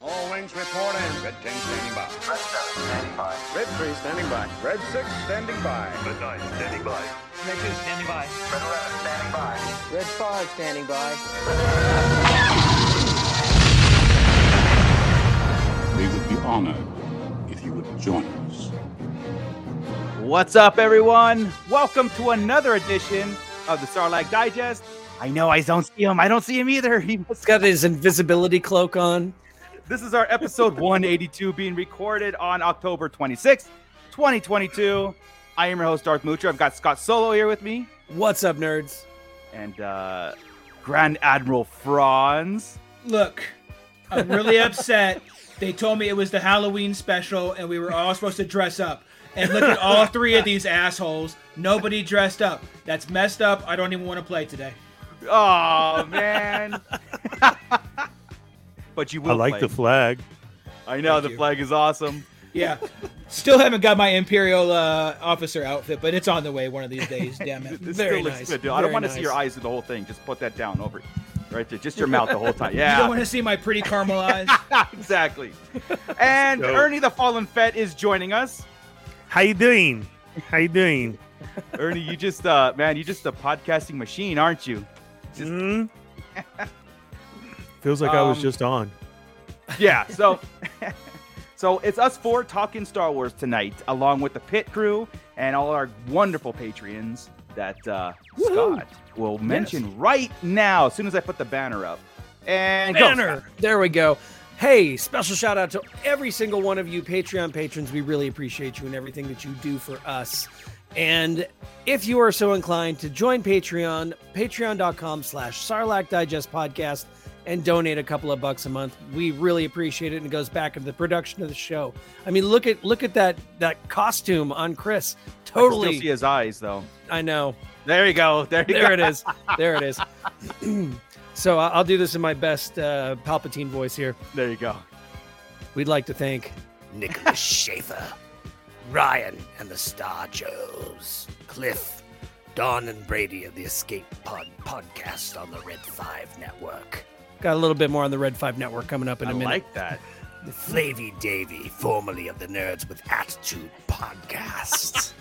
All wings reporting. Red 10 standing by. Red 7 standing by. Red 3 standing by. Red 6 standing by. Red 9 standing by. Red 2 standing by. Red 11 standing by. Red 5 standing by. We would be honored if you would join us. What's up, everyone? Welcome to another edition of the Starlight Digest. I know I don't see him. I don't see him either. He He's got his invisibility cloak on. This is our episode 182 being recorded on October 26th, 2022. I am your host, Darth Moocher. I've got Scott Solo here with me What's up, nerds? and uh, Grand Admiral Franz. Look, I'm really upset. They told me it was the Halloween special and we were all supposed to dress up. And look at all three of these assholes. Nobody dressed up. That's messed up. I don't even want to play today. Oh, man. but you will. I like play. the flag. I know, Thank the you. flag is awesome. Yeah. Still haven't got my Imperial uh, officer outfit, but it's on the way one of these days. Damn it. It it Very still looks nice. good, dude. I don't Very want to see your nice. eyes through the whole thing. Just put that down over right there. Just your mouth the whole time. You Yeah. don't want to see my pretty caramel eyes. exactly. And go. Ernie the Fallen Fett is joining us. How you doing? How you doing? Ernie, you just uh man, you just a podcasting machine, aren't you? Just- Hmm? Feels like I was Um, just on. Yeah. So So it's us four talking Star Wars tonight, along with the pit crew and all our wonderful patrons that uh, Scott will mention right now as soon as I put the banner up. And go, Scott. Banner. There we go. Hey, special shout out to every single one of you Patreon patrons. We really appreciate you and everything that you do for us. And if you are so inclined to join Patreon, patreon.com slash Sarlacc Digest Podcast and donate a couple of bucks a month. We really appreciate it and it goes back into the production of the show. I mean, look at look at that that costume on Chris. I can still see Totally. his eyes though. I know. There you go. There you there go. it is. There it is. so I- I'll do this in my best uh, Palpatine voice here. There you go. We'd like to thank Nicholas Schaefer, Ryan and the Star Joes, Cliff, Don and Brady of the Escape Pod podcast on the Red 5 Network, got a little bit more on the Red Five Network coming up in a I minute. like that. Flavy Davy, formerly of the Nerds with Attitude podcast,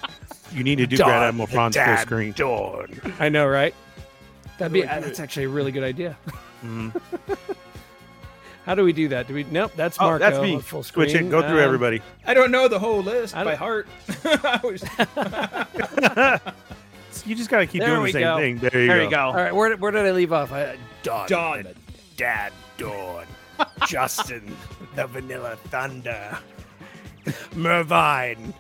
You need to do Don Grand Admiral the Franz full Dad screen. Dorn, I know, right? That'd be Really good. that's actually a really good idea. Mm. How do we do that? Do we? Nope, that's Oh, Marco. that's me. Full screen. Switch it. Go through Um, everybody. I don't know the whole list I by don't- heart. I was- You just gotta keep There doing we the same go. thing. There you There go. you go. All right, where, where did I leave off? I, Don, Don. the Dad Dorn, Justin, the Vanilla Thunder, Mervine.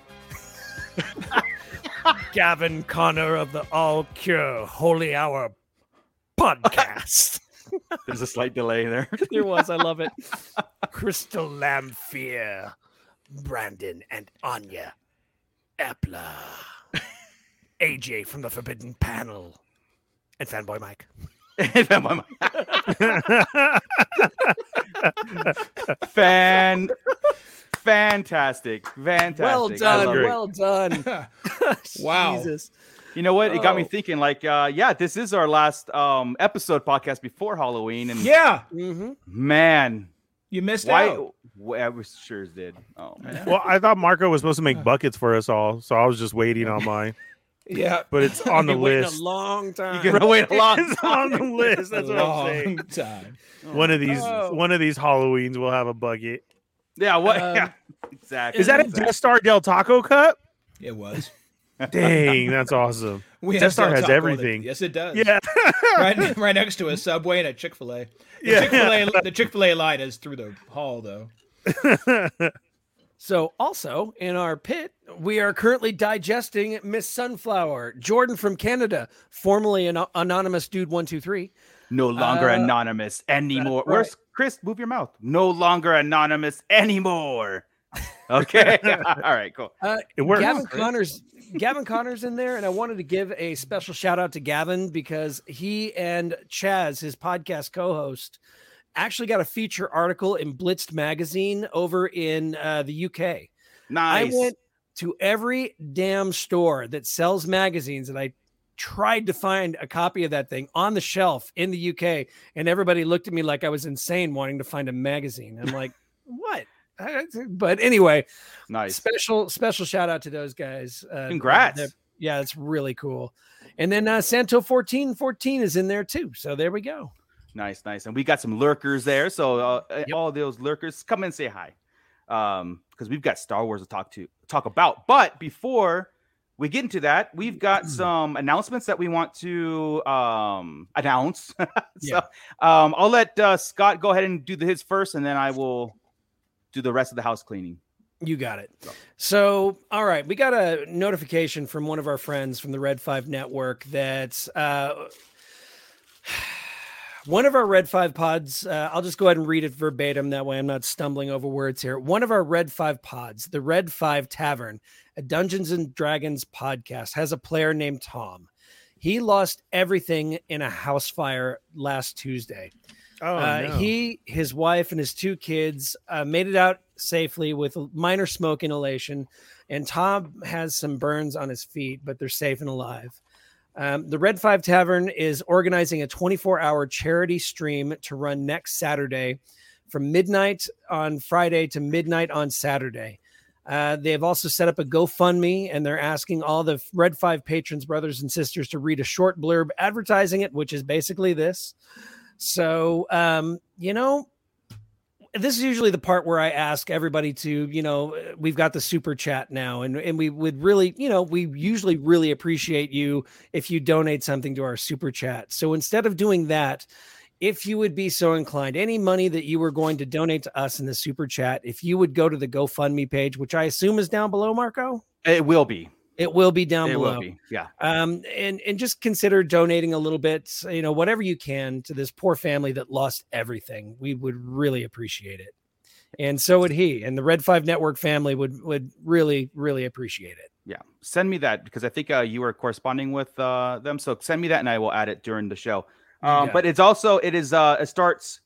Gavin Connor of the All Cure Holy Hour podcast. There's a slight delay there. there was. I love it. Crystal Lamphere, Brandon and Anya Epler, AJ from the Forbidden Panel, and Fanboy Mike. Fan, fantastic, fantastic. Well I done. love it. great. Well done. Wow. Jesus. You know what? It got me Oh. thinking. Like, uh, yeah, this is our last um, episode podcast before Halloween, and yeah. hmm man, You missed why? out. wh- I was sure did. Oh man, Well, I thought Marco was supposed to make buckets for us all, so I was just waiting on mine. Yeah. But it's on the Been waiting list. a long time. you gonna wait a long It's on the list. That's what I'm saying. Long time. One of these, Oh. one of these Halloweens, we'll have a bucket. Yeah, what? Um, yeah, exactly. Is that a exactly. Death Star Del Taco cup? It was. Dang, that's awesome. We Death Star Del has Taco. everything. Yes, it does. Yeah, right, right next to a Subway and a Chick Fil A. Yeah. Chick Fil A. The Chick Fil A line is through the hall, though. So, also in our pit, we are currently digesting Miss Sunflower, Jordan from Canada, formerly an anonymous dude one two three. no longer Uh, anonymous anymore? right. Where's Chris? Move your mouth. No longer anonymous anymore. Okay. All right. Cool. it works. Gavin Connors, Gavin Connors in there, and I wanted to give a special shout out to Gavin because he and Chaz, his podcast co-host, actually got a feature article in Blitzed magazine over in uh, the UK. I Nice. went to every damn store that sells magazines and I tried to find a copy of that thing on the shelf in the UK and everybody looked at me like I was insane wanting to find a magazine. I'm like, But anyway, Nice. special special shout out to those guys. Uh, Congrats. they're- Yeah, it's really cool. And then uh, Santo fourteen fourteen is in there too. So there we go. Nice, nice. And we got some lurkers there. So uh, uh, Yep. all those lurkers, come and say hi. Um, because we've got Star Wars to talk to talk about. But before we get into that, we've Mm. got some announcements that we want to um announce. so Yeah. um I'll let uh, Scott go ahead and do the, his first, and then I will do the rest of the house cleaning. You got it. So, all right, we got a notification from one of our friends from the Red Five Network that uh, one of our Red Five pods. Uh, I'll just go ahead and read it verbatim. That way, I'm not stumbling over words here. One of our Red Five pods, the Red Five Tavern, a Dungeons and Dragons podcast, has a player named Tom. He lost everything in a house fire last Tuesday Oh, uh, no. he, his wife, and his two kids uh, made it out safely with minor smoke inhalation, and Tom has some burns on his feet, but they're safe and alive. Um, the Red Five Tavern is organizing a 24 hour charity stream to run next Saturday from midnight on Friday to midnight on Saturday. Uh, they have also set up a GoFundMe and they're asking all the Red Five patrons, brothers, and sisters to read a short blurb advertising it, which is basically this. So, um, you know, this is usually the part where I ask everybody to, you know, uh, we've got the super chat now, and, and we would really, you know, we usually really appreciate you if you donate something to our super chat. So instead of doing that, if you would be so inclined, any money that you were going to donate to us in the super chat, if you would go to the GoFundMe page, which I assume is down below, Marco, It will be. it will be down it below will be. Yeah. um, and and just consider donating a little bit, you know, whatever you can to this poor family that lost everything. We would really appreciate it, and so would he, and the Red Five Network family would would really really appreciate it. Yeah, send me that because I think uh, you were corresponding with uh, them. So send me that, and I will add it during the show. Um, Yeah. But it's also it is uh, it starts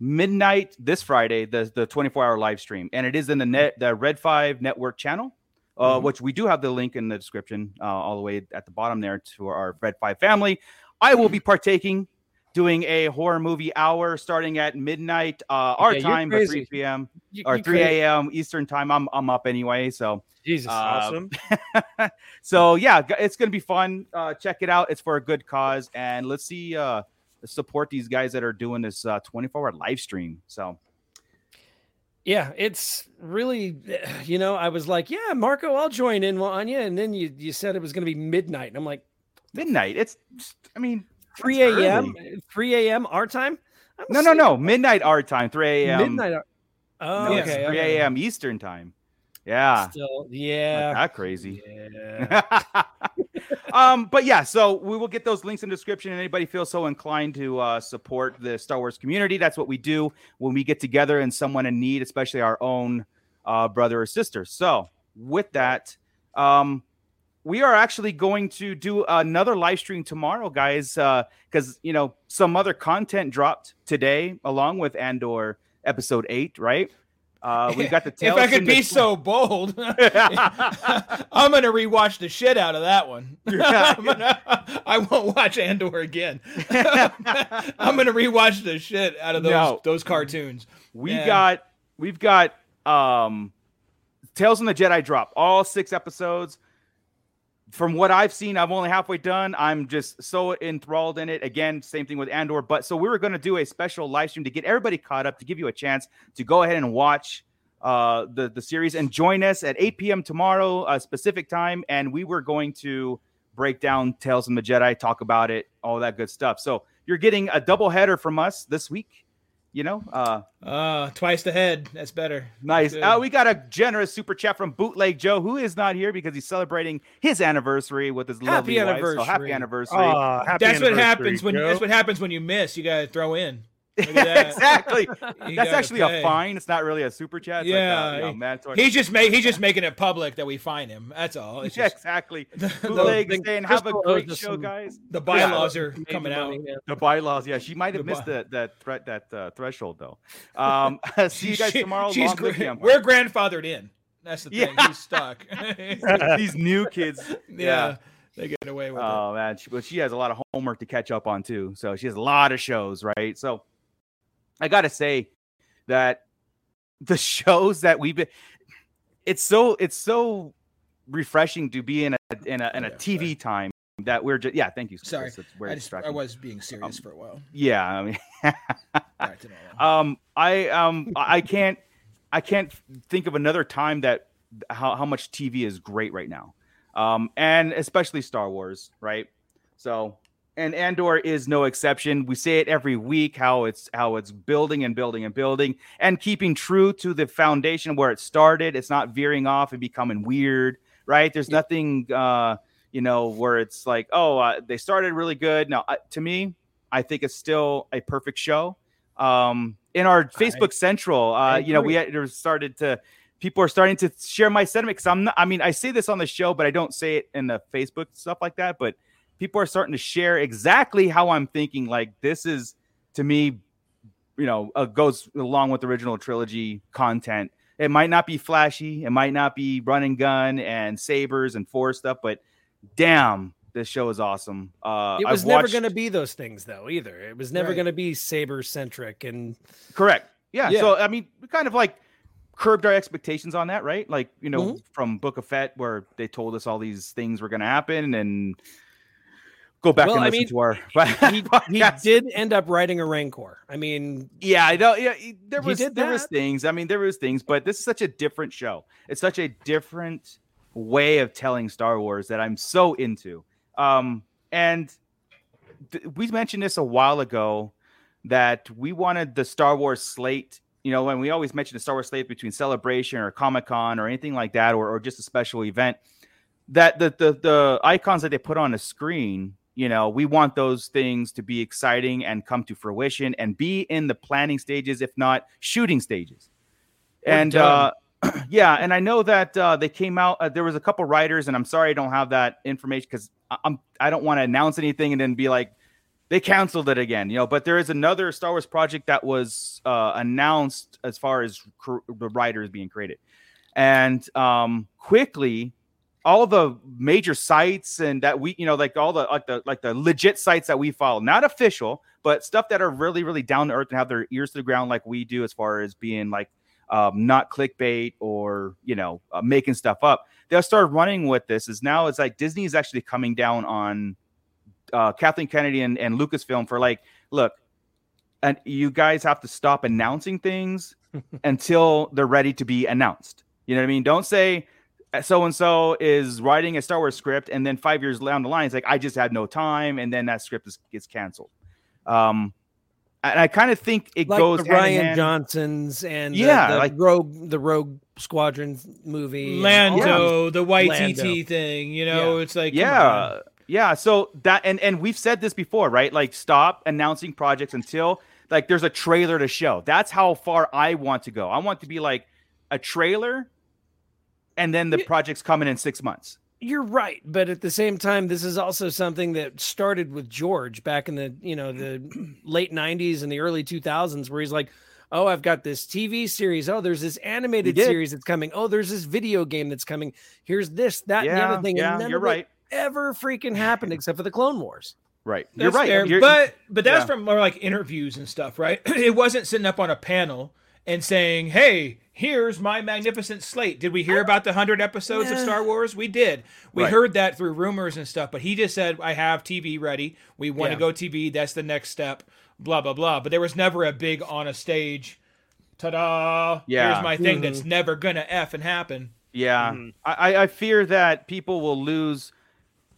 midnight this Friday, the the twenty four hour live stream, and it is in the net the Red Five Network channel, uh, Mm-hmm. which we do have the link in the description uh, all the way at the bottom there to our Red Five family. I will be partaking, doing a horror movie hour starting at midnight uh, our Yeah, you're time, but crazy. three p.m. You- or you three crazy- a.m. Eastern time. I'm I'm up anyway, so. Jesus, uh, awesome. so yeah, g- it's gonna be fun. Uh, check it out. It's for a good cause, and let's see. Uh, support these guys that are doing this uh 24 hour live stream. So yeah, it's really, you know, I was like, yeah, Marco, I'll join in on you, and then you you said it was going to be midnight, and I'm like, midnight. It's just, I mean, that's three a.m. early. three a.m. our time. I'm No, no, asleep. no. Midnight our time. 3 a.m. midnight. our- Oh, No, it's okay, 3 okay. a.m. Eastern time. Yeah, not Still, yeah. that Ah. crazy. Yeah. um, but yeah, so we will get those links in the description. And anybody feels so inclined to uh, support the Star Wars community, that's what we do when we get together and someone in need, especially our own uh, brother or sister. So with that, um, we are actually going to do another live stream tomorrow, guys, because you know some other content dropped today along with Andor episode eight, right? Uh, we got the If Tales I could from the- be so bold, I'm gonna rewatch the shit out of that one. Yeah. I'm gonna- I won't watch Andor again. I'm gonna rewatch the shit out of those No. those cartoons. We Yeah. got we've got um Tales from the Jedi drop all six episodes. From what I've seen, I'm only halfway done. I'm just so enthralled in it. Again, same thing with Andor. But so we were going to do a special live stream to get everybody caught up, to give you a chance to go ahead and watch uh, the the series and join us at 8 p.m. tomorrow, uh, specific time. And we were going to break down Tales from the Jedi, talk about it, all that good stuff. So you're getting a double header from us this week. You know, uh, Uh, twice the head. That's better. Nice. Good. Uh, we got a generous super chat from Bootleg Joe, who is not here because he's celebrating his anniversary with his lovely wife. Happy So happy anniversary. anniversary! Aw, Ah, happy that's what anniversary, happens when Joe. that's what happens when you miss. You gotta throw in. Look at that. exactly. Oh, You That's gotta actually pay. a fine. It's not really a super chat. It's Yeah, Like, uh, you know, he- mandatory. He's just make he's just making it public that we find him. That's all. It's yeah, just, exactly. the- Bootleg the- saying, "Have a Crystal great owes us show, some- guys." the bylaws are coming out. Yeah. The bylaws. Yeah, she might have The missed by- the that threat that uh, threshold though. Um, see you guys She- tomorrow. She's Long live the gra- Empire. we're grandfathered in. That's the thing. Yeah. He's stuck. these new kids. yeah, they get away with Oh man, she, but she has a lot of homework to catch up on too. So she has a lot of shows, right? So I gotta say that the shows that we've been it's so it's so refreshing to be in a in a in a Yeah, TV time that we're just yeah, thank you. Sorry, Chris, that's very I just I distracting. was being serious Um, for a while. Yeah, I mean Back to normal. um i um i I can't i can't think of another time that how, how much tv is great right now um and especially star wars right so and andor is no exception we say it every week how it's how it's building and building and building and keeping true to the foundation where it started it's not veering off and becoming weird right there's nothing uh you know where it's like oh uh, they started really good now uh, to me i think it's still a perfect show um, in our Facebook Central. Uh, you know, we had there started to people are starting to share my sentiment because I'm not. I mean, I say this on the show, but I don't say it in the Facebook stuff like that. But people are starting to share exactly how I'm thinking. Like this is to me, you know, uh, goes along with original trilogy content. It might not be flashy, it might not be run and gun and sabers and force stuff, but damn, this show is awesome. Uh, it I've was never watched- going to be those things though either. It was never Right. going to be saber centric and Correct. Yeah. Yeah. So I mean, we kind of like curbed our expectations on that, right? Like you Mm-hmm. know, from Book of Fett, where they told us all these things were going to happen, and go back Well, and I listen mean, to our. he, he podcast. did end up writing a rancor. I mean, Yeah, I know. Yeah, he- there He was there did was that. things. I mean, there was things, but this is such a different show. It's such a different way of telling Star Wars that I'm so into. Um, and th- we mentioned this a while ago that we wanted the Star Wars slate. You know, when we always mention the Star Wars slate between Celebration or Comic Con or anything like that, or, or just a special event, that the, the the icons that they put on a screen you know we want those things to be exciting and come to fruition and be in the planning stages if not shooting stages and uh yeah and i know that uh they came out uh, there was a couple writers and i'm sorry i don't have that information because i'm i don't want to announce anything and then be like they canceled it again you know but there is another star wars project that was uh announced as far as cr- the writers being created and um quickly all the major sites and that we you know like all the like the like the legit sites that we follow not official but stuff that are really really down to earth and have their ears to the ground like we do as far as being like um, not clickbait or you know uh, making stuff up they'll start running with this is now it's like disney is actually coming down on uh, kathleen kennedy and, and lucasfilm for like look and you guys have to stop announcing things until they're ready to be announced you know what i mean don't say so and so is writing a Star Wars script, and then five years down the line, it's like I just had no time, and then that script is, gets canceled. Um, and I kind of think it like goes the hand in Ryan hand. Johnsons and the- Yeah, the, like- Rogue the Rogue Squadron movie. and all that. Lando, the YTT Lando. thing. You know, it's like come on. yeah yeah so that and and we've said this before right like stop announcing projects until like there's a trailer to show that's how far i want to go i want to be like a trailer and then the project's coming in six months You're right, but at the same time, this is also something that started with George back in the you know the late '90s and the early 2000s, where he's like, "Oh, I've got this TV series. Oh, there's this animated did. series that's coming. Oh, there's this video game that's coming. Here's this, that, and the yeah other thing." yeah and none you're of it right Ever freaking happened except for the Clone Wars? right That's you're right fair, You're- but but that's yeah. from more like interviews and stuff, right? it wasn't sitting up on a panel and saying, "Hey, here's my magnificent slate." Did we hear about the hundred episodes of Star Wars? We did. We Right. heard that through rumors and stuff. But he just said, "I have TV ready. We want Yeah. to go TV. That's the next step." Blah blah blah. But there was never a big on a stage. Ta-da! Yeah. Here's my thing that's never gonna f and happen. Yeah, I I, I fear that people will lose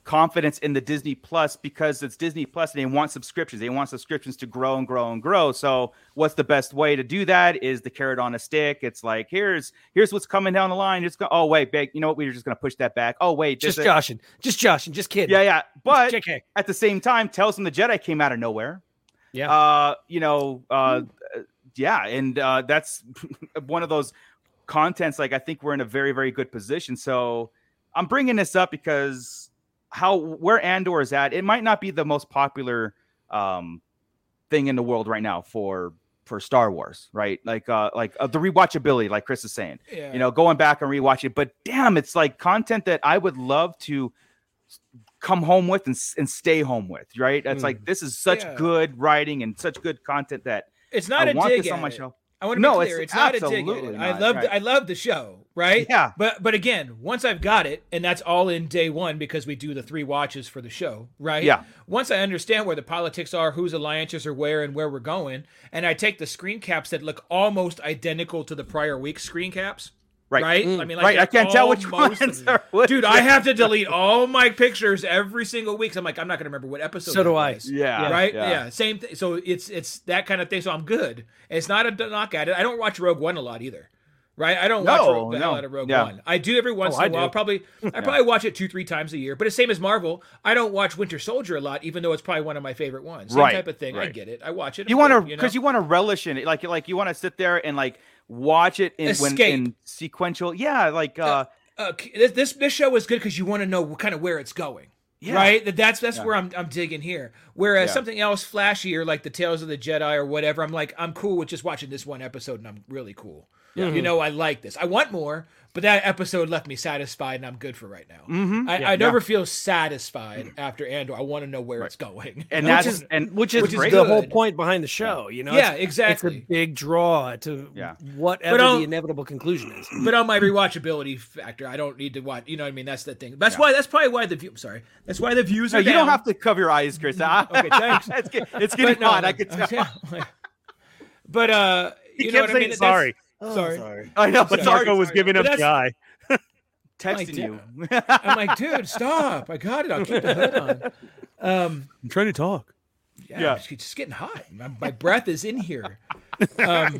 confidence in the Disney Plus because it's Disney Plus and they want subscriptions. They want subscriptions to grow and grow and grow. So, what's the best way to do that? Is the carrot on a stick? It's like here's here's what's coming down the line. It's go- oh wait, babe, you know what? We're just gonna push that back. Oh wait, this Just is- joshing, just joshing, just kidding. yeah, yeah. But JK. at the same time, tells them the Jedi came out of nowhere. Yeah. Uh, you know, uh, yeah, and uh, that's one of those contents. Like, I think we're in a very, very good position. So, I'm bringing this up because how where Andor is at, it might not be the most popular um, thing in the world right now for for Star Wars, right? Like, uh, like uh, the rewatchability, like Chris is saying Yeah. you know, going back and rewatching it. But damn, it's like content that I would love to come home with and, s- and stay home with, right? It's like this is such Mm. Yeah. good writing and such good content that it's not I a want dig this on at my it. show. I want to No, be clear. it's It's, not a dig at absolutely it. I not, love right. I love the show, right? Yeah. But but again, once I've got it, and that's all in day one because we do the three watches for the show, right? Yeah. Once I understand where the politics are, whose alliances are where, and where we're going, and I take the screen caps that look almost identical to the prior week's screen caps. Right. Mm. Right. I mean, like right. I they're can't tell which almost- ones are which. Dude, I have to delete all my pictures every single week. 'cause I'm like, I'm not gonna remember what episode. So do that I. was Yeah. right yeah, same thing so it's it's that kind of thing so i'm good it's not a d- knock at it i don't watch rogue one a lot either right i don't watch No, rogue, the hell no. out of rogue Yeah. one i do every once Oh, in I a while do. probably i probably watch it two three times a year but it's same as marvel i don't watch winter soldier a lot even though it's probably one of my favorite ones same Right, type of thing i right. get it i watch it You I'm want to good, because know? you want to relish in it, like like you want to sit there and like watch it in when Escape. in sequential. Yeah, like uh, uh, c- this- this this show is good because you want to know kind of where it's going. Yeah. Right, That- that's that's Yeah. where I'm I'm digging here. Whereas Yeah. something else flashier like the Tales of the Jedi or whatever, I'm like I'm cool with just watching this one episode and I'm really cool. You Mm-hmm. know, I like this. I want more, but that episode left me satisfied and I'm good for right now. mhm. I, I never feel satisfied after Andor. I want to know where it's going. and Which that's is- and which is Which is great. the whole Good. point behind the show, you know? yeah, It's- exactly. It's a big draw to Yeah. whatever But, um, the inevitable conclusion is. but on my rewatchability factor, I don't need to watch. You know what I mean? That's the thing. That's why. That's probably why the view. Sorry. That's why the views No, are. you don't down. have to cover your eyes, Chris. I- Okay, thanks. it's, get- it's getting no, hot. no, I could no, tell. yeah. but uh, He you know kept what I saying mean. That's- sorry, sorry. I know, but but sorry. sorry, Darko was giving But up the that's- eye. texting you. I'm like, dude, stop! I got it. I'll keep the hood on. Um, I'm trying to talk. yeah, Yeah. It's, it's getting hot. My, my breath is in here. Um,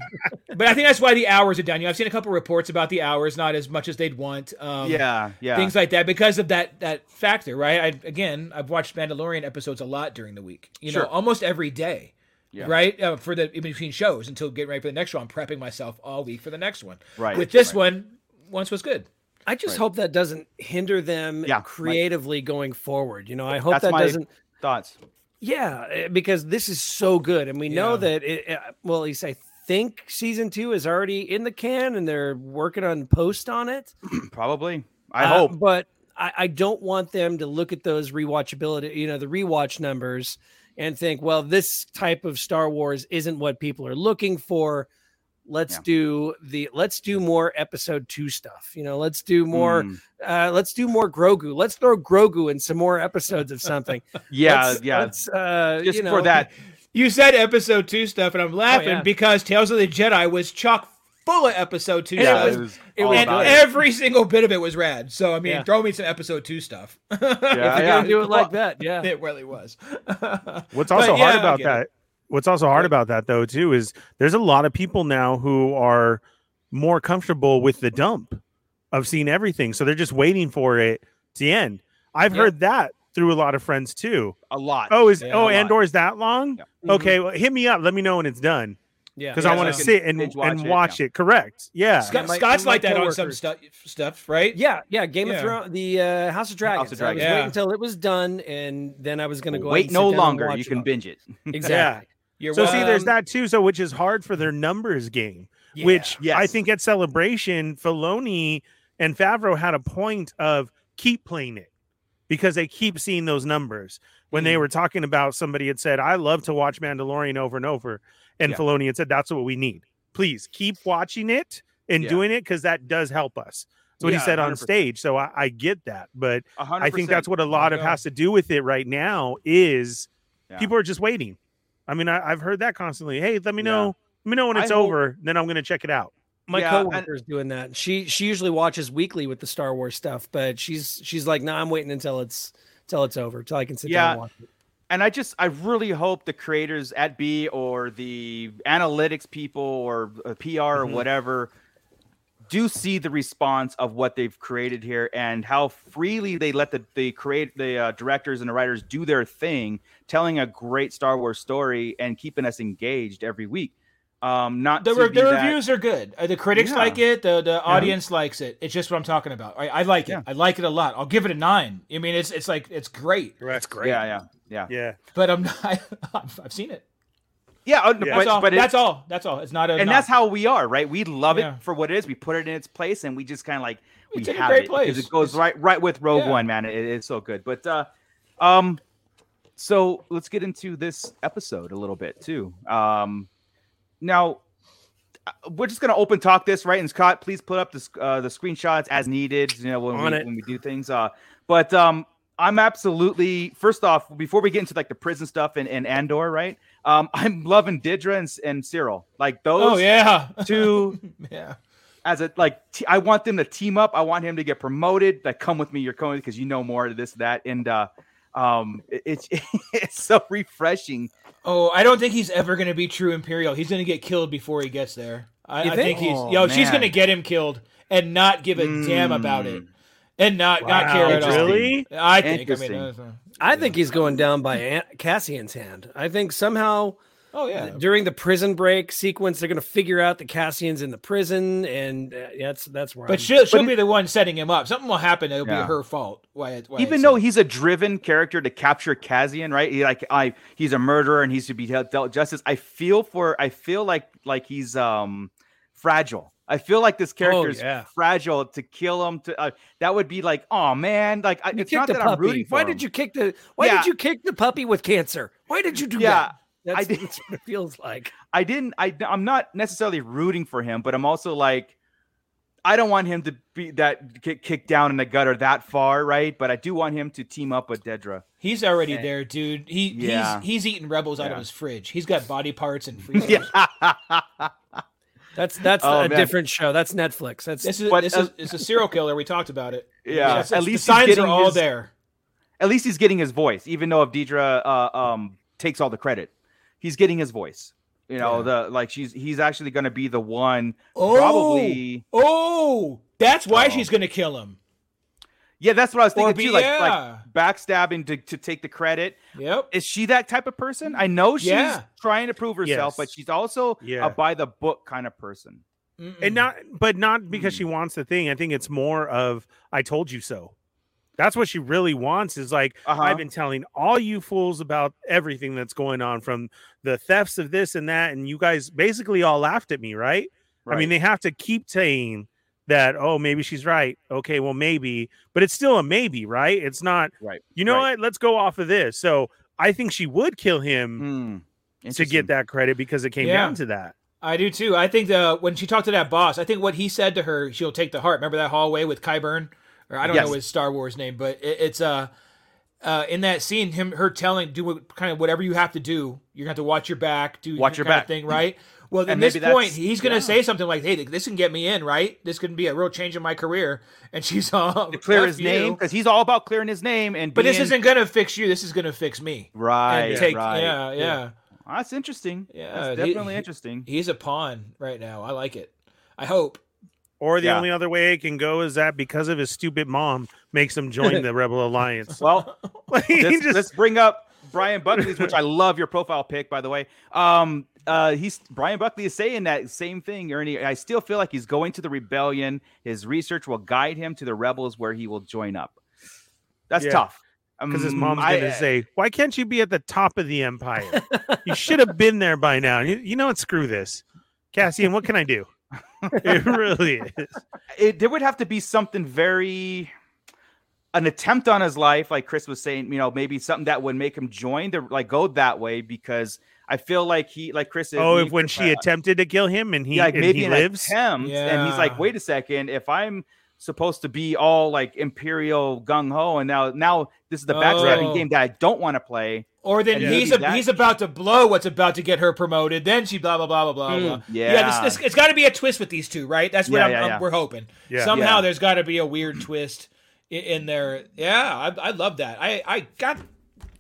but I think that's why the hours are down. You know, I've seen a couple reports about the hours, not as much as they'd want. Um, yeah, yeah. things like that because of that that factor, right? I again, I've watched Mandalorian episodes a lot during the week. You know, Sure. almost every day. Yeah. Right uh, for the in between shows until getting ready for the next show, I'm prepping myself all week for the next one. Right, with this right. one, once was good. I just hope that doesn't hinder them Yeah, my- creatively going forward. You know, I hope That's that my- doesn't Thoughts. Yeah, eh, because this is so good, and we know Yeah. that. It, eh, well, at least I think season two is already in the can, and they're working on post on it. Probably. I Uh, hope. but I, I don't want them to look at those rewatchability, you know, the rewatch numbers, and think, well, this type of Star Wars isn't what people are looking for. Let's Yeah. do the let's do more episode two stuff. You know, let's do more. Mm. Uh, let's do more Grogu. Let's throw Grogu in some more episodes of something. Yeah, Let's- yeah. let's, uh, Just you know, for that. You said episode two stuff, and I'm laughing yeah. because Tales of the Jedi was chock full of episode two. Yeah, stuff. uh, it was it all was and about it. every single bit of it was rad. So I mean, Yeah. throw me some episode two stuff. Yeah, They're yeah. gonna do it like that. Yeah. It really was. What's But also yeah, I hard about get it. that, what's also hard Right. about that though too is there's a lot of people now who are more comfortable with the dump of seeing everything, so they're just waiting for it to end. I've Yeah. heard that through a lot of friends too. a lot. Oh, is Yeah, a oh lot. Andor is that long? Yeah. Okay, well, hit me up. Let me know when it's done Mm-hmm. Yeah. because Yeah, I want so to you can sit and binge watch and it, watch it. Correct. Yeah. Scott, my- Scott's my like that on some coworkers- stuff, stuff, right? Yeah, yeah, Game Yeah. of Thrones, the uh, House of Dragons. of I was Dragons. waiting Yeah. until it was done, and then I was going to go. out Wait and no sit down and longer. watch You it can all. binge it. Exactly. You're So right. see, there's Um, that too. So which is hard for their numbers game, Yeah. which I Yes. think at Celebration, Filoni and Favreau had a point of keep playing it because they keep seeing those numbers. When Mm. they were talking about somebody had said, "I love to watch Mandalorian over and over," and Yeah. Filoni had said, "That's what we need. Please keep watching it and Yeah. doing it because that does help us." That's what Yeah, he said on 100%. stage. So I, I get that, but A hundred I think percent. that's what a lot you of go. has to do with it right now is Yeah. people are just waiting. I mean, I, I've heard that constantly. Hey, let me Yeah. know. Let me know when I it's hope- over. Then I'm gonna check it out. My Yeah, and- coworker's doing that. She she usually watches weekly with the Star Wars stuff, but she's she's like, no, I'm waiting until it's until it's over, till I can sit down and Yeah. watch it. and I just I really hope the creators at B or the analytics people or uh, PR or Mm-hmm. whatever do see the response of what they've created here and how freely they let the the create the uh, directors and the writers do their thing, telling a great Star Wars story and keeping us engaged every week. Um, not the, to re- be the that- reviews are good. Uh, The critics Yeah. like it. The the audience likes it. It's just what I'm talking about. I, I like it. Yeah. I like it a lot. I'll give it a nine. I mean, it's it's like it's great. That's great. Yeah, yeah, yeah, yeah. Yeah. But I'm not. I've I've seen it. uh, Yeah. That's But, all. but it- that's all. That's all. It's not a. and knock. that's how we are, right? We love Yeah. it for what it is. We put it in its place, and we just kind of like We we, took a have great it because place. it goes right right with Rogue yeah. One, man. It, it's so good. But uh, um, so let's get into this episode a little bit too. Um, now uh, we're just gonna open talk this right. And Scott, please put up the sc- uh, the screenshots as needed. You know when On we, it. when we do things. Uh, but um, I'm absolutely first off before we get into like the prison stuff and, and Andor, right? Um, I'm loving Didra and, and Cyril. Like those Oh yeah. two yeah. as a like t- I want them to team up. I want him to get promoted. Like come with me, you're coming because you know more to this that and uh um it- it's it's so refreshing. Oh, I don't think he's ever going to be true Imperial. He's going to get killed before he gets there. I, You I think? think he's Oh, yo. She's man. Mm. going to get him killed and not give a damn about it, and not not care at all. really? I think. I mean, Interesting. uh, I think he's going down by Aunt Cassian's hand. I think somehow oh yeah. during the prison break sequence, they're going to figure out the Cassian's in the prison, and uh, yeah, that's that's where. I'm- But she'll she'll be the one setting him up. Something will happen. It'll Yeah. be her fault. Why? It, why Even it's- though he's a driven character to capture Kazian, right? He, like I he's a murderer and he's to be dealt, dealt justice. I feel for I feel like like he's um fragile. I feel like this character is Oh, yeah. fragile to kill him. To uh, that would be like, oh man, like I, You it's kicked not the that puppy. I'm rooting for Why him. did you kick the? Why Yeah. did you kick the puppy with cancer? Why did you do Yeah, that? That's, I did- that's what it feels like. I didn't. I I'm not necessarily rooting for him, but I'm also like, I don't want him to be that get kicked down in the gutter that far, right? But I do want him to team up with Dedra. he's already there, dude. He Yeah. he's he's eating rebels out Yeah. of his fridge. He's got body parts and freezers. Yeah, That's that's Oh, a man. different show. That's Netflix. That's This is But, this uh, is it's a serial killer. We talked about it. yeah. It's- At it's- least the signs he's are getting all his, there. At least he's getting his voice, even though if Dedra uh, um takes all the credit, he's getting his voice. You know, the like she's he's actually going to be the one probably. Oh, that's why Oh. she's gonna kill him. Yeah, that's what I was Or thinking be- too. Like, yeah. like backstabbing to, to take the credit. Yep. is she that type of person? I know she's Yeah. trying to prove herself, but Yes. she's also Yeah. a by the book kind of person. Mm. and not but not because she wants the thing i think it's more of i told you so that's what she really wants is like Uh-huh. i've been telling all you fools about everything that's going on from the thefts of this and that and you guys basically all laughed at me right, i mean they have to keep saying that oh maybe she's right okay well maybe but it's still a maybe right it's not Right, you know right. what let's go off of this so i think she would kill him Hmm. to Interesting. get that credit because it came Yeah. down to that I do too. I think the when she talked to that boss, I think what he said to her, she'll take to heart. Remember that hallway with Kyburn, or I don't Yes. know his Star Wars name, but it, it's uh, uh, in that scene, him her telling do what, kind of whatever you have to do. You're gonna have to watch your back, do Watch your kind of back. thing, right? Well, at And this maybe that's- point, he's gonna say something like, "Hey, this can get me in, right? This can be a real change in my career." And she's all To clear "F his you." name because he's all about clearing his name. And But this being- isn't gonna fix you. This is gonna fix me. right. and take, right. yeah, yeah. that's interesting. Yeah, that's he- definitely he- interesting. He's a pawn right now. I like it. I hope. Or the Yeah. only other way it can go is that because of his stupid mom makes him join the Rebel Alliance. well, Like, he let's, just- let's bring up Brian Buckley's, which I love your profile pic, by the way. Um, uh, he's Brian Buckley is saying that same thing, Ernie. I still feel like he's going to the rebellion. His research will guide him to the rebels, where he will join up. That's Yeah. tough because his Um, mom's I- gonna say, "Why can't you be at the top of the empire? you should have been there by now." You, you know what? Screw this, Cassian. What can I do? it really is. it, there would have to be something very an attempt on his life like chris was saying you know maybe something that would make him join the like go that way because i feel like he like chris is Oh, me if and when Chris, she uh, attempted to kill him and he like and maybe he an lives, attempt and he's Yeah. like wait a second if i'm supposed to be all like imperial gung-ho and now now this is the backstabbing Oh. game that i don't want to play Or then And he's maybe a, that- he's about to blow what's about to get her promoted. Then she blah blah blah blah blah. blah. Hmm. yeah, this, this, it's got to be a twist with these two, right? That's what Yeah, I'm, yeah, I'm- yeah. we're hoping. Yeah. Somehow Yeah. there's got to be a weird twist i- in there. Yeah, I, I love that. I I got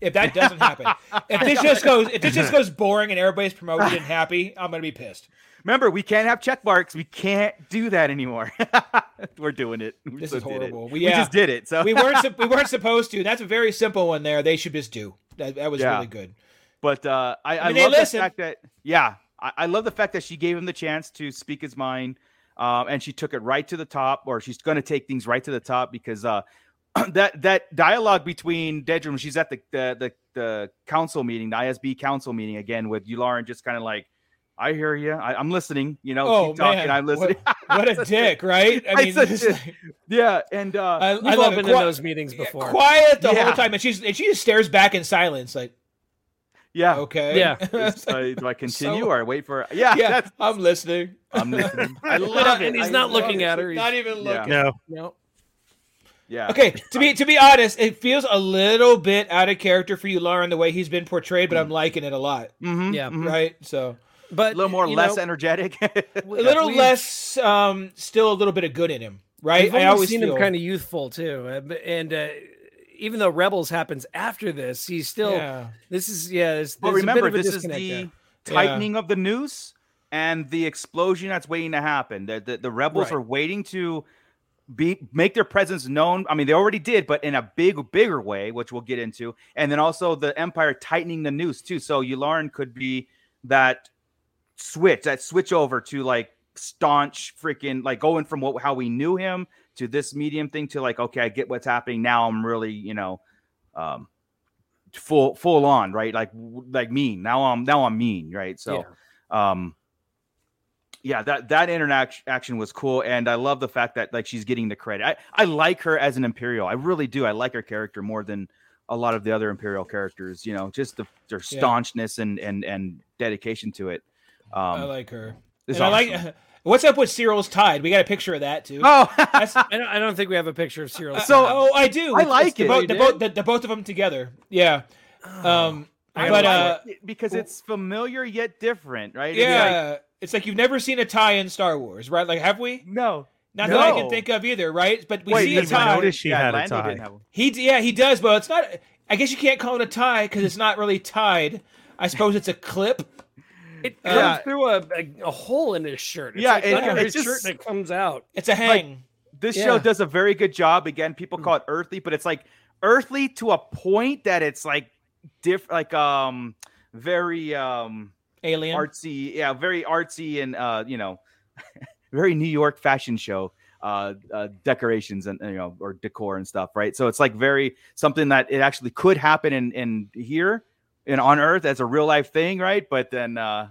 if that doesn't happen, if this just goes if this just goes boring and everybody's promoted and happy, I'm gonna be pissed. remember we can't have check marks we can't do that anymore we're doing it we This so is did it. horrible. We- we, yeah. just did it so We weren't sup- we weren't supposed to. That's a very simple one there. They should just do. That, that was Yeah. really good. But uh, I, I, mean, they love listen. the fact that yeah, I, I love the fact that she gave him the chance to speak his mind, um, and she took it right to the top, or she's going to take things right to the top because uh, that that dialogue between Dedra when she's at the the the, the council meeting, the ISB council meeting again with Yularen, just kind of like, I hear you, I, I'm listening, you know, Oh keep talking, man, I'm listening. What, what a dick, right? I I mean, said it's shit. like- yeah, and uh, I, I We've all love been it. Qui- in those meetings before. quiet the Yeah. whole time, and she's and she just stares back in silence, like Yeah. Okay. Yeah. Is- uh, do I continue So- or I wait for? Yeah. yeah, That's, I'm listening. I'm listening. I love it. And he's not looking at her. He's- Not even Yeah. looking. No, No. Yeah. Okay, to be to be honest, it feels a little bit out of character for you, Lauren, the way he's been portrayed, but I'm liking it a lot, Mm. Mm-hmm. Yeah. right? So But A little more You less know- energetic. a little we've- less, um, still a little bit of good in him, right? I've only I always seen feel him kind of youthful too, uh, b- and uh, even though Rebels happens after this, he's still yeah. this is yeah. There's, but there's remember, a bit of a this is disconnect the there. tightening of the noose and the explosion that's waiting to happen. The the, the rebels Right. are waiting to be make their presence known. I mean, they already did, but in a big, bigger way, which we'll get into. And then also the Empire tightening the noose too. So Yularen could be that switch, that switch over to like staunch freaking like going from what how we knew him to this medium thing to like okay, I get what's happening now. I'm really you know. um full full on right like w- like mean now i'm now i'm mean right so um yeah that that interaction was cool and i love the fact that like she's getting the credit i i like her as an imperial i really do i like her character more than a lot of the other imperial characters you know just the, their Yeah. staunchness and and and dedication to it I um like her. it's And I awesome. like what's up with Cyril's tide. We got a picture of that too. oh That's- I don't, I don't think we have a picture of Cyril. So- Sand. oh, I do. I It's- like it's the it. bo- You The, did? both the, the both of them together. Yeah. Um, I but like uh, it because it's familiar yet different right It's like, yeah, it's like you've never seen a tie in Star Wars, right? Like, have we? no Not that I No. can think of either, right? But we Wait, see you a even didn't tie. notice she yeah, had a Lando didn't tie. have one. He d- yeah, he does, but it's not. I guess you can't call it a tie because it's not really tied. I suppose it's a clip. it comes yeah. through a, a, a hole in his shirt. It's Yeah, like it- under it his shirt just- and it comes out. It's a hang. this Yeah. Hmm. show does a very good job. Again, people call it earthly, but it's like earthly to a point that it's like diff like um very um Alien. artsy, yeah, very artsy and uh, you know, very New York fashion show uh, uh decorations and you know or decor and stuff, right? So it's like very something that it actually could happen in in here and on earth as a real life thing, right? But then uh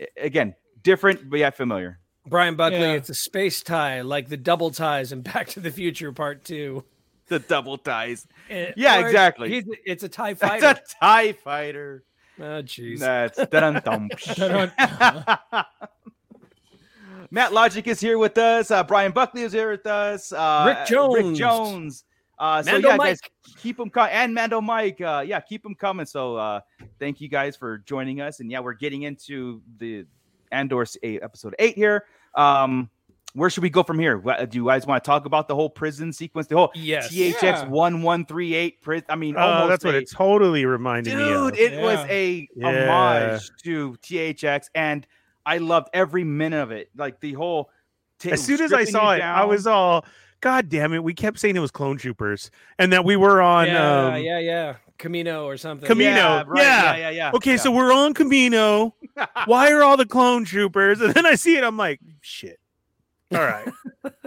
a- again, different but yeah, familiar. Brian Buckley, Yeah. it's a space tie, like the double ties in Back to the Future Part Two. The double ties. Eh, Yeah, or exactly. He's, it's a tie That's fighter. a tie fighter. oh, jeez. That's dun dum. Matt Logic is here with us. Uh, Brian Buckley is here with us. Uh, Rick Jones. Jones. Uh, so Mando yeah, guys, keep them coming. And Mando Mike, uh, yeah, keep them coming. So uh, thank you guys for joining us. And yeah, we're getting into the Andor eight, episode eight here. Um, where should we go from here? Wha- Do you guys want to talk about the whole prison sequence? The whole Yes. Uh, THX one one three eight prison. I mean, oh, almost that's what a- it totally reminded me of. dude it was Yeah. a Yeah. homage to thx and i loved every minute of it like the whole t- as soon as I stripping saw you it, I down. was all, God damn it! We kept saying it was Clone Troopers, and that we were on. yeah, um, yeah, yeah. Camino or something. Camino. yeah, right, yeah. yeah yeah yeah Okay, yeah. so we're on Camino. Why are all the Clone Troopers? And then I see it, I'm like, shit. All right,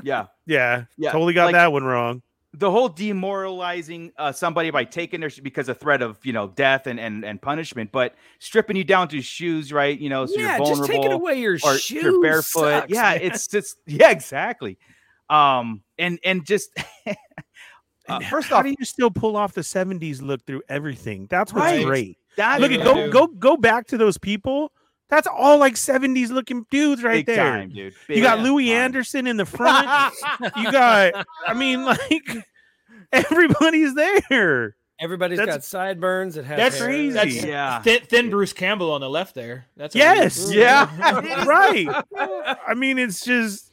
yeah yeah, Yeah, totally got like- that one wrong. the whole demoralizing uh, somebody by taking their sh- because of threat of you know death and and, and punishment but stripping you down to your shoes right you know so yeah, you're just vulnerable taking away your or shoes. you're barefoot. sucks, yeah, man. it's just yeah, exactly. Um, and and just uh, And first how off, do you still pull off the '70s look through everything? That's what's Right. great. that Look Yeah, at I go do. go go back to those people. That's all like '70s looking dudes right big there. time, dude. you got Big Louis time. Anderson in the front. you got i mean like everybody's there Everybody's That's- got sideburns. It has that's hair. crazy. That's yeah. thin, thin Bruce Campbell on the left there. That's a Yes. weird- Yeah. right i mean it's just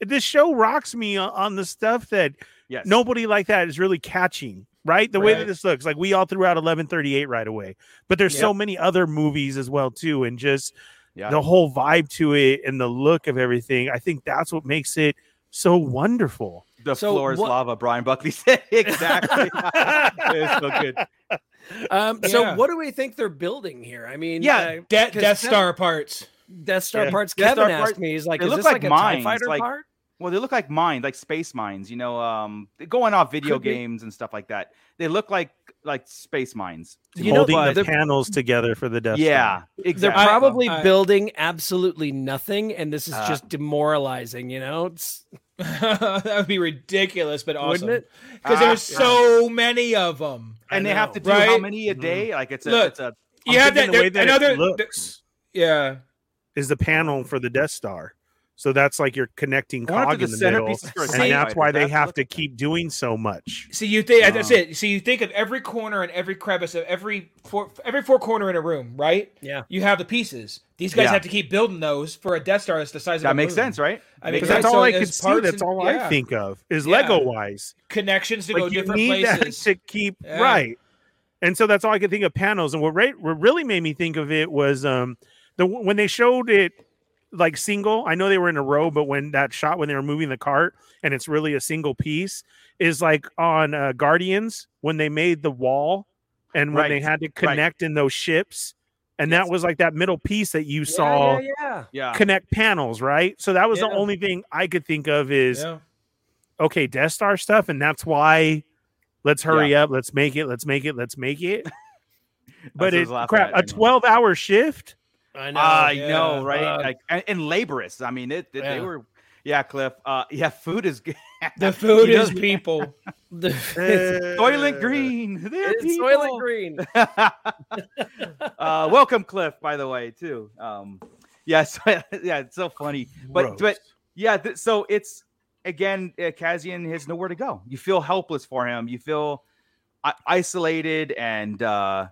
this show rocks me o- on the stuff that Yes. nobody like that is really catching right the way that Right. this looks like we all threw out 1138 right away but there's so many other movies as well too and just Yeah. the whole vibe to it and the look of everything i think that's what makes it so wonderful The So floor is what- lava, Brian Buckley said. exactly. it's so good. Um, so Yeah. what do we think they're building here? I mean, Yeah, uh, De- 'cause Death Kev- Star parts. Death Star Yeah. parts. Death Kevin Star asked parts, me, he's like, they "Is look this like like, a Tie mines, Fighter like- part?" Well, they look like mines, like space mines, you know, um going off video Could be. games and stuff like that. They look like like space mines. to You me. know, holding but the they're- panels together for the death Star. yeah, They're exactly. I- probably I- building absolutely nothing, and this is Uh, just demoralizing. You know, it's, that would be ridiculous, but awesome. wouldn't it? Because Ah, there's yeah. so many of them. and they have to do Right? how many a day? Like it's a Look, it's a I'm Yeah, that- thinking the way that- that another- it looks Yeah. is the panel for the Death Star. So that's like your connecting I wonder cog if in the middle, centerpiece is for a and that's sci-fi, why but they have what- to keep doing so much. See, you think that's Ah. it. So you think of every corner and every crevice of every four, every four corner in a room, right? Yeah. You have the pieces. These guys Yeah. have to keep building those for a Death Star that's the size of a That makes moon. sense, right? I mean, Makes Because right, sense. that's all so I it's could see. parts That's and- all yeah. I think of is Yeah. Lego wise. Connections to go Like you different need places. that to keep Yeah. right. And so that's all I could think of panels. And what, re- what really made me think of it was um the when they showed it like single. I know they were in a row, but when that shot when they were moving the cart and it's really a single piece is like on uh, Guardians when they made the wall and when they Right. had to connect in those ships. And that was like that middle piece that you saw yeah, yeah. Yeah. connect panels, right? So that was the Yeah. only thing I could think of is Yeah. okay, Death Star stuff, and that's why let's hurry up, let's make it, let's make it, let's make it. but what I it was laughing crap, at, a you know. twelve hour shift. I know. Ah, I Uh, yeah, know, right? uh, like and, and laborious. I mean, it, it- yeah. they were. Yeah, Cliff. Uh, yeah, food is good. The food He is does- people. The- Uh, Soylent Green. They're it's Soylent people. Green. uh, welcome, Cliff. By the way, too. Um, yeah, so, yeah, it's so funny, but but yeah, th- so it's again, uh, Kazian has nowhere to go. You feel helpless for him. You feel I- isolated, and uh,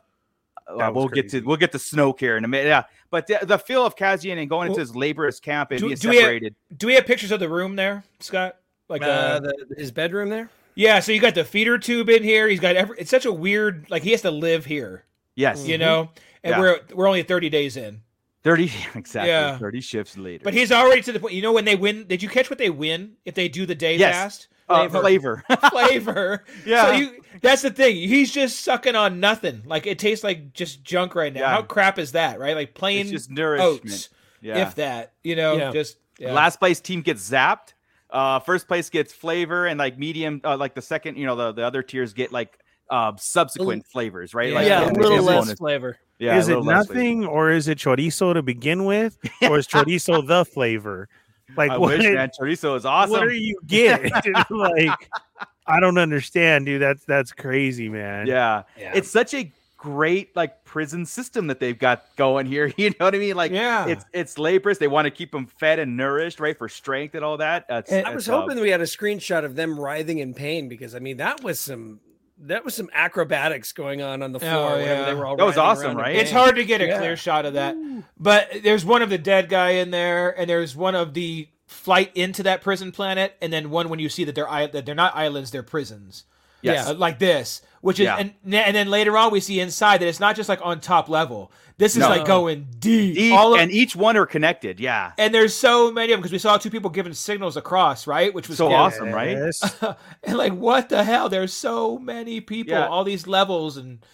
That uh, was we'll get to crazy. we'll get to Snoke here in a minute. Yeah, but the, the feel of Kazian and going into Well, his laborious camp and do- being do we have- separated. Do we have pictures of the room there, Scott? Like Uh, uh, the, his bedroom there. yeah. So you got the feeder tube in here. He's got every. It's such a weird. Like he has to live here, yes, you know. And Mm-hmm. Yeah. we're we're only thirty days in, thirty exactly. Yeah. Thirty shifts later. but he's already to the point. You know when they win? Did you catch what they win if they do the day Yes. fast? uh, flavor. flavor. Yeah. So you that's the thing. He's just sucking on nothing. Like it tastes like just junk right now. Yeah. How crap is that, right? Like plain it's just nourishment. oats. yeah. If that, you know, Yeah. just yeah. Last place team gets zapped. Uh, first place gets flavor, and like medium, uh, like the second, you know, the, the other tiers get like uh, subsequent flavors, right? Like yeah, yeah, a like, little bonus. less flavor. Yeah, a is it little less flavor. nothing, or is it chorizo to begin with, or is chorizo the flavor? Like I what? wish man, chorizo is awesome. What are you getting? like I don't understand, dude. That's that's crazy, man. yeah. Yeah. it's such a great like prison system that they've got going here. You know what I mean? Like, Yeah. it's it's laborious. They want to keep them fed and nourished, right, for strength and all that. Uh, it's- And I it's, was uh, hoping we had a screenshot of them writhing in pain because I mean that was some that was some acrobatics going on on the floor. Oh, whenever yeah. They were all That was writhing awesome, around in right? it's pain. hard to get a Yeah. clear shot of that. But there's one of the dead guy in there, and there's one of the flight into that prison planet, and then one when you see that they're i- that they're not islands, they're prisons. Yes. Uh, like this, which is Yeah. and and then later on we see inside that it's not just like on top level. This is No. like going deep. Each- All of, and each one are connected. Yeah, And there's so many of them because we saw two people giving signals across, right? Which was so scary. awesome, right? Yes. And like, what the hell? There's so many people, Yeah. all these levels, and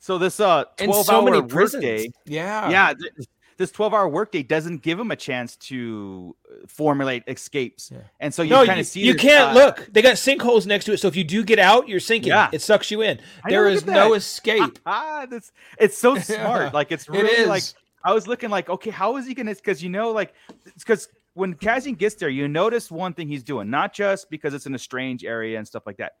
So this uh And twelve so many hour prisons. workday. yeah, yeah th- this 12 hour workday doesn't give him a chance to uh, formulate escapes Yeah. and so you No, kind you, of see you this, can't uh, look. They got sinkholes next to it, so if you do get out, you're sinking. Yeah. It sucks you in. I know, There look is at no that. escape. ah this it's so smart Yeah, like it's it really like is. i was looking like okay how is he gonna because you know like because when Kazian gets there you notice one thing he's doing not just because it's in a strange area and stuff like that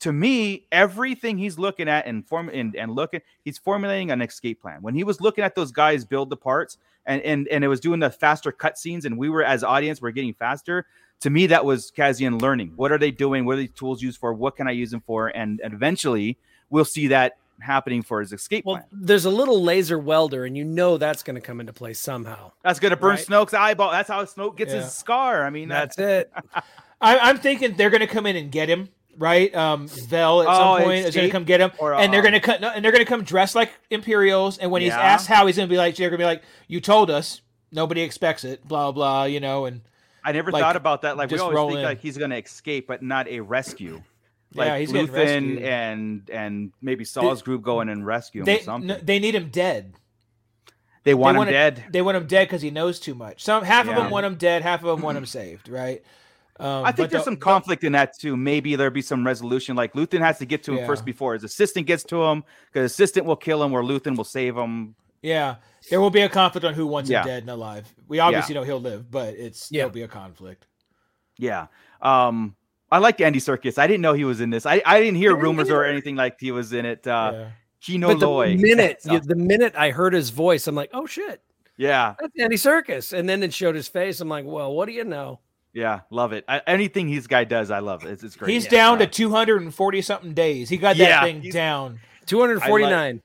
to me everything he's looking at and form and, and looking he's formulating an escape plan when he was looking at those guys build the parts and and and it was doing the faster cutscenes, and we were as audience were getting faster. To me, that was Kazian learning. What are they doing? What are these tools used for? What can I use them for? And, and eventually, we'll see that happening for his escape Well, plan. there's a little laser welder, and you know that's going to come into play somehow. That's gonna burn right. Snoke's eyeball. That's how Snoke gets Yeah. his scar. I mean, that's That's it. I, I'm thinking they're gonna come in and get him, right? Um, Vel at some Oh, point is gonna escape come get him, or, and they're um, gonna cut. and they're gonna come dressed like Imperials, and when he's Yeah. asked how, he's gonna be like, they're gonna be like, "You told us." Nobody expects it. Blah blah. You know, and I never like, thought about that. Like we just always roll think in. like he's gonna escape, but not a rescue. Like yeah, he's getting Luthen rescued. and and maybe Saw's group go in and rescue him they or something. n- they need him dead. they want they him wanna- dead. They want him dead because he knows too much. Some half of Yeah. them want him dead, half of them want him saved, right? Um, I but think there's the- some conflict in that too. Maybe there'll be some resolution. Like Luthen has to get to him Yeah. first before his assistant gets to him, because assistant will kill him or Luthen will save him. Yeah, there will be a conflict on who wants Yeah. him dead and alive. We obviously know he'll live, but it's Yeah. there'll be a conflict. Yeah. Um, I liked Andy Circus. I didn't know he was in this. I, I didn't hear rumors or anything like he was in it. Uh, yeah. Gino but the Loy. minute Yeah. the minute I heard his voice, I'm like, oh shit, yeah, that's Andy Circus. And then it showed his face. I'm like, well, what do you know? yeah, love it. I, anything his guy does, I love it. It's, it's great. He's Yeah. down to 240 something days. He got that Yeah, thing he's- down. 249.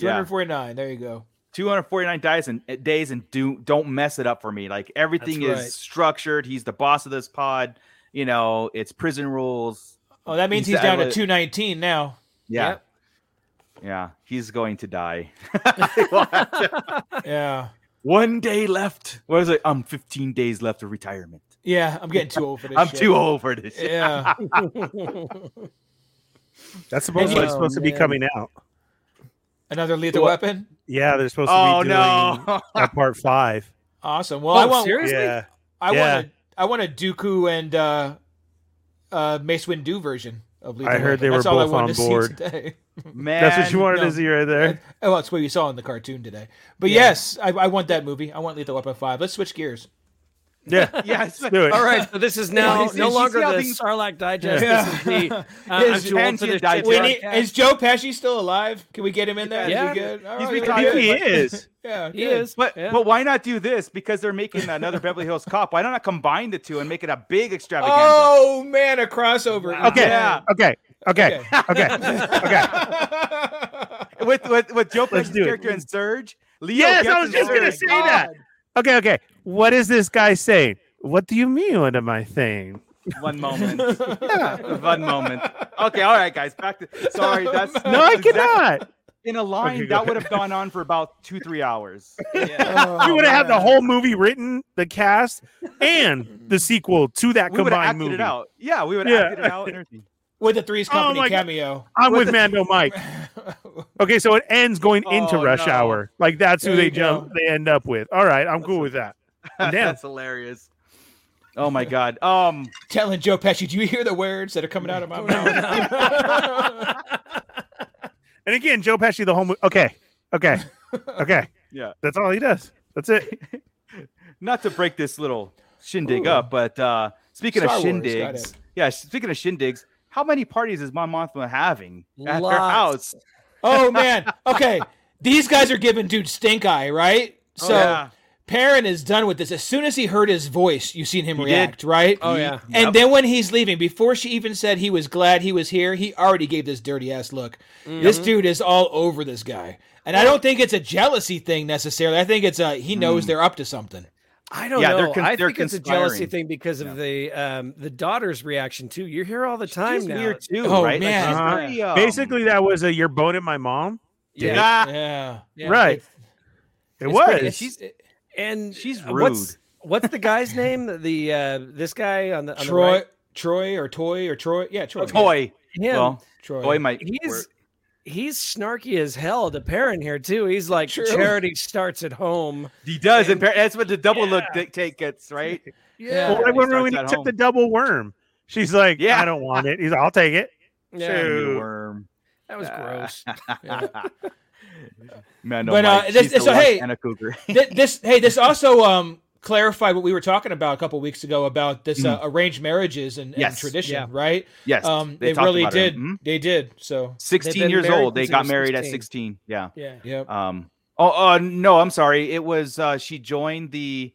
Yeah. 249. There you go. 249 days and uh, days and do don't mess it up for me. Like everything That's is right. structured. He's the boss of this pod. You know, it's prison rules. Oh, that means He's he's, the- I down to would- 219 now. Yeah. Yep. Yeah, he's going to die. Yeah. One day left. What is it? I'm 15 days left of retirement. Yeah. I'm getting too old for this. I'm shit. too old for this. shit. Yeah. That's supposed And to, you- supposed to be man. coming out. Another lethal What? weapon. Yeah, they're supposed Oh to be doing no. a part five. Awesome. Oh, Well, I want. seriously? Yeah, I Yeah. want. A, I want a Dooku and uh, uh, Mace Windu version of lethal. I heard they Weapon. That's were all I both wanted on to see board. today. Man, that's what you wanted no. to see right there. Oh, that's what you saw in the cartoon today. But Yeah. yes, I, I want that movie. I want Lethal Weapon Five. Let's switch gears. Yeah, Yes. do it. All right, so this is now you see- no you see longer how the things- Sarlacc Digest. This is the uh, Yeah. I'm His too old for transient this digest. shit We Yeah. need- is Joe Pesci still alive? Can we get him in there? Yeah. Is he good? All He's right, retired. good. He is. Yeah, He good. is. But yeah. but why not do this? Because they're making another Beverly Hills Cop. Why not combine the two and make it a big extravaganza? Oh man, a crossover. Okay. Yeah. Okay. Okay. Okay. Okay. with with with Joe Pesci's Let's do it. character and Surge. Leo Yes, gets I was in just gonna Surge. say that. Okay. Okay. What is this guy saying? What do you mean? What am I saying? One moment. One moment. Okay, all right, guys. Back to sorry. That's No, I that's exactly- cannot. In a line Okay, go that ahead. would have gone on for about two three hours. Oh, you would have had the whole movie written, the cast, and the sequel to that We would have combined acted movie. it out. Yeah, we would have Yeah. acted it out. And everything. with the Three's Oh, Company my God. cameo. I'm What with the- Mando Mike. Okay, so it ends going into Oh, Rush no. Hour. Like that's who There they you go. jump. They end up with. All right, I'm cool with that. I'm down. That's hilarious. Oh my god. Um. Telling Joe Pesci, do you hear the words that are coming out of my mouth? And again, Joe Pesci, the whole movie. Okay, okay, okay. Yeah. that's all he does. That's it. Not to break this little shindig up, but uh speaking Star of Wars, got shindigs, it. yeah. Speaking of shindigs, how many parties is Mon Mothma having at her Lots. house? oh man. Okay, these guys are giving dude stink eye, right? So Oh, yeah. Perrin is done with this. As soon as he heard his voice, you seen him He did. react, right? Oh, yeah. And then when he's leaving, before she even said he was glad he was here, he already gave this dirty ass look. Mm-hmm. This dude is all over this guy. And I don't think it's a jealousy thing necessarily. I think it's a he knows Mm. they're up to something. I don't Yeah, know. they're con- I they're think it's a jealousy conspiring. thing because of the um, the daughter's reaction too. You're here all the time She's now. weird too, Oh, right? Like, man. she's Uh-huh. very, um, Basically, that was a "You're boning my mom." Yeah. ah, Yeah. Yeah. right. It It's was. pretty- she's- And She's uh, What's, what's the guy's name? The uh, this guy on the on Troy The right? Troy or Toy or Troy. Yeah, Troy. toy. Him. Well, Troy. toy might. work. he's he's snarky as hell to Perrin here too. He's like True. charity starts at home. He does. And, that's what the double look dictate gets, right? Yeah. Well, like when Starts when he at took home. the double worm, she's like, Yeah. "I don't want it." He's, like, "I'll take it." Yeah, Sure. Dude. worm. that was Ah. gross. Man, no, But, uh, Mike, this- she's the so, lunch hey- and a cougar. Th- this hey, this also um clarified what we were talking about a couple weeks ago about this uh, arranged marriages and, and Mm. Yes. tradition, Yeah. right? Yes, Um, they, talked really about her. did. Mhm. They did. So Sixteen been years married old. They since they got were married at 16. sixteen. Yeah. Yeah. yep. Um. Oh, uh, no, I'm sorry. It was uh, she joined the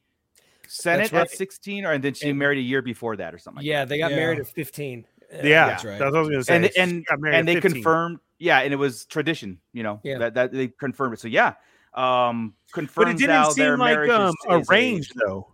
Senate right. at 16, or and then she And- married a year before that, or something. Yeah, they got Yeah. married at 15. Uh, Yeah, that's, That's right. what I was gonna say. And- She and- got married and at they 15. confirmed. Yeah, and it was tradition. You know Yeah. that, that they confirmed it. So yeah, um, confirmed. but it didn't how their seem like marriage um, is, is a- arranged though.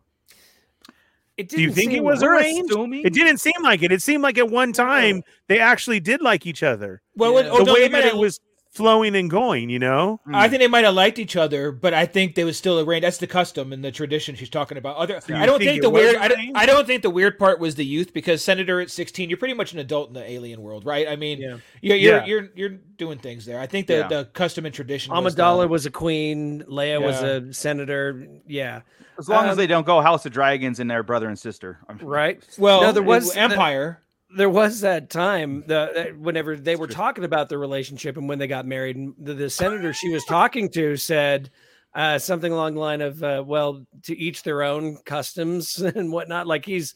It Do you didn't think it seem was like- We're arranged? assuming- It didn't seem like it. It seemed like at one time they actually did like each other. Well, Yeah. it- oh, the no, way they might that it have- was flowing and going, you know. I Mm. think they might have liked each other, but I think they was still arranged. That's the custom and the tradition she's talking about. Other, So you I don't think think, it the was weird. I arranged? don't, I don't think the weird part was the youth because senator at sixteen, you're pretty much an adult in the alien world, right? I mean, Yeah. you're you're, Yeah. you're you're doing things there. I think the Yeah. the custom and tradition. was uh, the- Amidala was a queen, Leia was Yeah. a senator. Yeah, As long as Um, they don't go House of Dragons and their brother and sister. I'm- right. well, No, there was- empire. There was that time the, that whenever they were talking about their relationship and when they got married, and the, the senator she was talking to said uh, something along the line of, uh, "Well, to each their own customs and whatnot." Like he's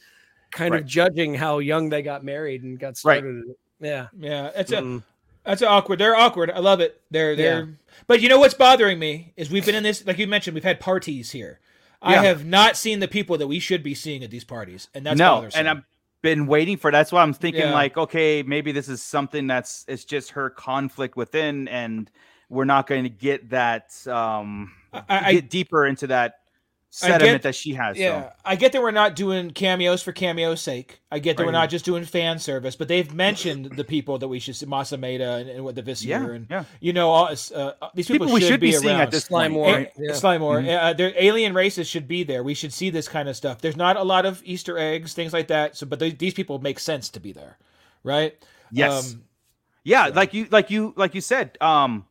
kind Right. of judging how young they got married and got Right. started. Yeah, yeah, it's a. Mm. That's awkward. They're awkward. I love it. They're they're. But you know what's bothering me is we've been in this, like you mentioned, we've had parties here. I have not seen the people that we should be seeing at these parties, and that's no, bothersome. and I've been waiting for. That's why I'm thinking Yeah. like, okay, maybe this is something that's it's just her conflict within, and we're not going to get that um I- I- get deeper into that I get- sediment that she has. Yeah, so. I get that we're not doing cameos for cameo's sake. I get that we're Right. not just doing fan service, but they've mentioned the people that we should see, Masameda and, and what the Visier yeah, and yeah. you know all uh, these people, People we should be, seeing around. at this Slime point, War. A- right? Yeah. Mm-hmm. Slimeor, uh, their alien races should be there. We should see this kind of stuff. There's not a lot of Easter eggs, things like that. So, but they, these people make sense to be there, right? Yes. Um, yeah like you like you like you said um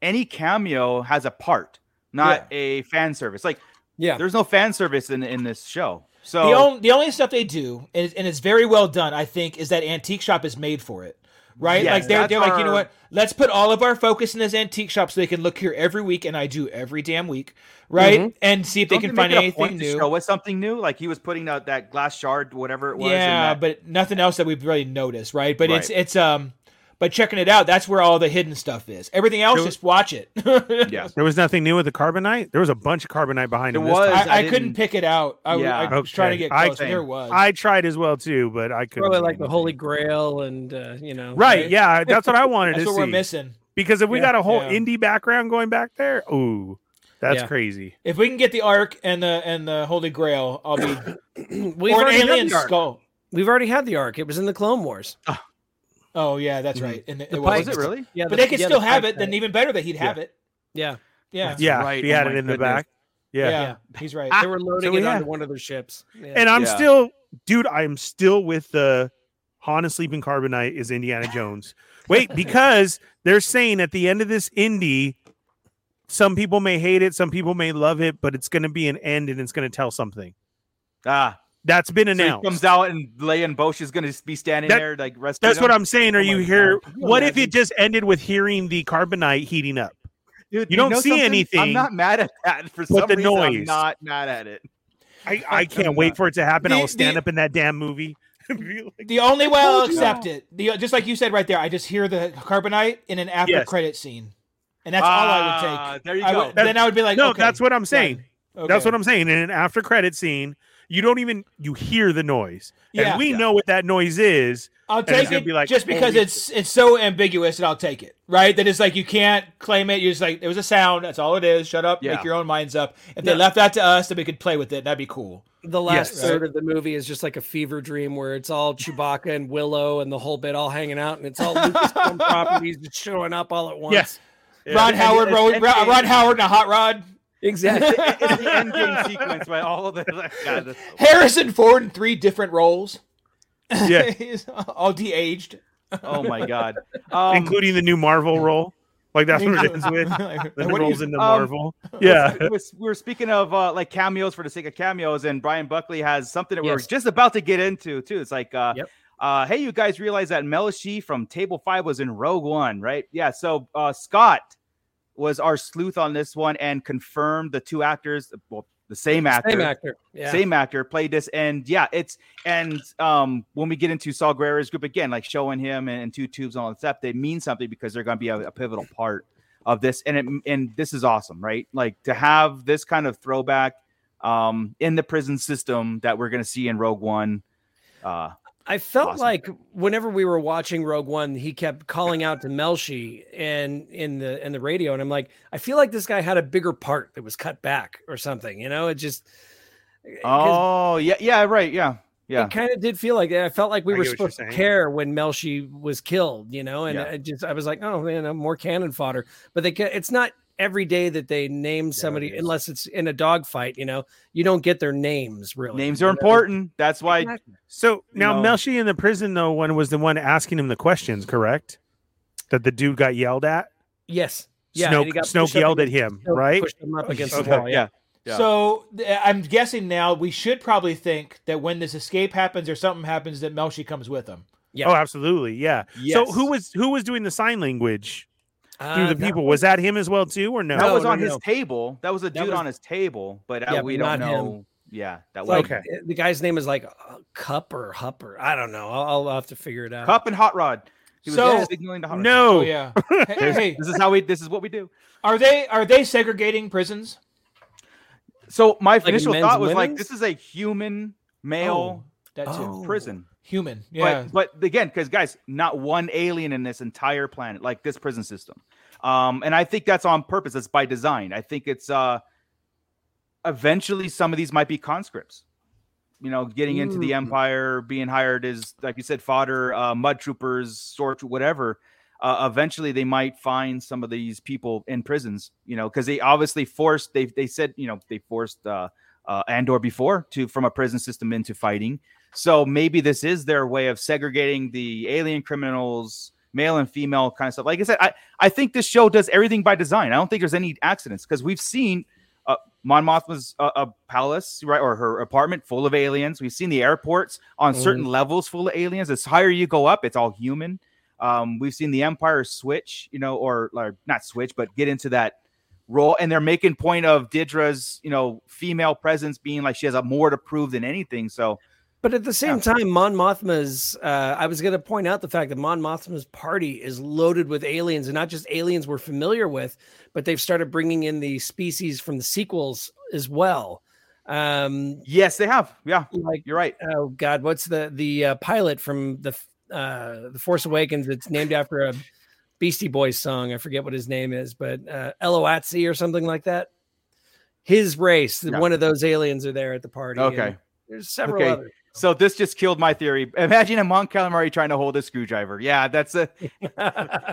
any cameo has a part not a fan service like Yeah. there's no fan service in in this show so the only the only stuff they do, and it's, and it's very well done, I think, is that antique shop is made for it, right? Yes, like they're that's they're like, you know our- what? Let's put all of our focus in this antique shop so they can look here every week, and I do every damn week, right? And see if they Mm-hmm. can don't make find it a anything point to new. show us something new like he was putting out that glass shard whatever it was in yeah, that- but nothing else that we've really noticed, right? But it's Right. it's um, but checking it out, that's where all the hidden stuff is. Everything else, There was- just watch it. yeah There was nothing new with the carbonite. There was a bunch of carbonite behind There him. this time. was. I, I, I couldn't didn't- pick it out. I, Yeah. I was trying to Okay. get I- close. but there was. I tried as well too, but I couldn't. Probably see like the anything. Holy Grail and, uh, you know. Right? Yeah, that's what I wanted that's to what see. we're missing. Because if we got a whole Yeah. indie background going back there, ooh, that's Yeah. crazy. If we can get the Ark and the and the Holy Grail, I'll be or an We've already, had alien the arc. skull. We've already had the arc. It was in the Clone Wars. Oh yeah, that's Mhm. right. And The it pike- Mm-hmm. was it really Yeah, But the- they could yeah, still the have pike it. Then guy. even better that he'd have it. Yeah. Yeah. yeah, right. he Oh had my it in the goodness. back. Yeah. yeah, he's right. They were loading So it yeah. onto one of their ships. Yeah. and I'm Yeah. still, dude, I'm still with the Han and Sleeping Carbonite is Indiana Jones. Wait, because they're saying at the end of this indie, some people may hate it, some people may love it, but it's going to be an end and it's going to tell something. ah That's been so he announced. comes out and Leia and Bosch is gonna be standing That- there like resting That's what him. I'm saying. Are Oh you my here? God. Can you What if imagine? it just ended with hearing the carbonite heating up? Dude, you don't know see something? anything I'm not mad at that for some the reason I'm noise. not mad at it I, I can't wait for it to happen. I The- will stand the- up in that damn movie. and be like, The only way I'll told you. accept it, the, just like you said right there, I just hear the carbonite in an after Yes. credit scene, and that's all I would Ah, take. there you I go would- then I would be like, no, okay, that's what I'm saying. done. Okay. That's what I'm saying. In an after credit scene, you don't even you hear the noise. Yeah. and we know what that noise is. I'll it's take gonna it be like, just because holy it's it's so ambiguous, and I'll take it. Right? That it's like you can't claim it. You're just like it was a sound. That's all it is. Shut up. Yeah. Make your own minds up. If they left that to us, then we could play with it. and That'd be cool. the last Yes. third of the movie is just like a fever dream where it's all Chewbacca and Willow and the whole bit all hanging out and it's all Lucasfilm properties just showing up all at once. Yes. Ron And- Howard, and- Ro- and- Ron, Ron Howard, and a hot rod. Exactly. it's the end game sequence by all of the God, that's so- Harrison Ford in three different roles. Yeah. He's all de-aged. oh my god um, including the new Marvel role. Like that's what it ends with. Like, The what do you- roles in the um, Marvel. Yeah. we was- we were speaking of uh, like cameos for the sake of cameos, and Brian Buckley has something that we were Yes. just about to get into too. It's like, uh, Yep. uh, hey, you guys realize that Melshi from Table Five was in Rogue One, right? Yeah. So uh, Scott was our sleuth on this one and confirmed the two actors, well, the same actor, Same actor. Yeah. same actor played this and yeah it's and um when we get into Saul Guerrero's group again like showing him and, and two tubes and all that stuff they mean something because they're going to be a, a pivotal part of this and it and this is awesome right like to have this kind of throwback um in the prison system that we're going to see in Rogue One uh I felt Awesome. like whenever we were watching Rogue One, he kept calling out to Melshi and in the in the radio, and I'm like, I feel like this guy had a bigger part that was cut back or something. You know, it just 'cause oh yeah yeah right yeah yeah it kind of did feel like that. I felt like we I were get what you're supposed to saying. care when Melshi was killed. You know, and Yeah. I just I was like, oh man, I'm more cannon fodder. But they ca- it's not every day that they name somebody is. unless it's in a dogfight. You know, you don't get their names really. names you are know? important that's why Exactly. So now No. Melshi in the prison though one was the one asking him the questions, correct? That the dude got yelled at. Yes. Yeah. and he Snoke, got Snoke pushed up yelled at against- him, Snoke right? Pushed him up against Okay. the wall. yeah Yeah. So th- I'm guessing now we should probably think that when this escape happens or something happens, that Melshi comes with him. Yeah. Oh, absolutely. Yeah. So Yes. who was who was doing the sign language through Uh, the that- people? Was that him as well too or no? that was no, on no, his no. table that was a dude was- on his table but uh, Yeah, we but don't not him. know yeah that was It's Like, eh, Okay. The guy's name is like uh, Cup or Hup or I don't know. I'll, I'll have to figure it out. cup and hot rod He was So- signaling to Howard. No. Oh yeah. Hey, There's- hey, this is how we. This is what we do. are they are they segregating prisons? So my Like initial men's thought and was like, women's? this is a human male That too. Oh. prison. Human. Yeah. Oh. But, but again, because guys, not one alien in this entire planet, like this prison system. Um, and I think that's on purpose. That's by design. I think it's uh, eventually some of these might be conscripts. You know, getting into the empire, being hired as, like you said, fodder, uh, mud troopers, sword, troo- whatever. Uh, eventually, they might find some of these people in prisons. You know, because they obviously forced. They they said you know they forced uh, uh, Andor before to from a prison system into fighting. So maybe this is their way of segregating the alien criminals, male and female kind of stuff. Like I said, I, I think this show does everything by design. I don't think there's any accidents because we've seen uh, Mon Mothma's uh, a palace, right, or her apartment full of aliens. We've seen the airports on Mm-hmm. certain levels full of aliens. As higher you go up, it's all human. Um, we've seen the Empire switch, you know, or like not switch, but get into that role and they're making point of Didra's, you know, female presence being like she has a more to prove than anything. So But at the same time, Mon Mothma's, uh, I was going to point out the fact that Mon Mothma's party is loaded with aliens and not just aliens we're familiar with, but they've started bringing in the species from the sequels as well. Um, yes, they have. Yeah, like, you're right. oh God, what's the, the uh, pilot from the, f- uh, the Force Awakens? It's named after a Beastie Boys song. I forget what his name is, but uh, Eloatsi or something like that. His race, Yeah. one of those aliens are there at the party. and Okay. There's several Okay. others. So this just killed my theory. Imagine a Mon Calamari trying to hold a screwdriver. Yeah, that's a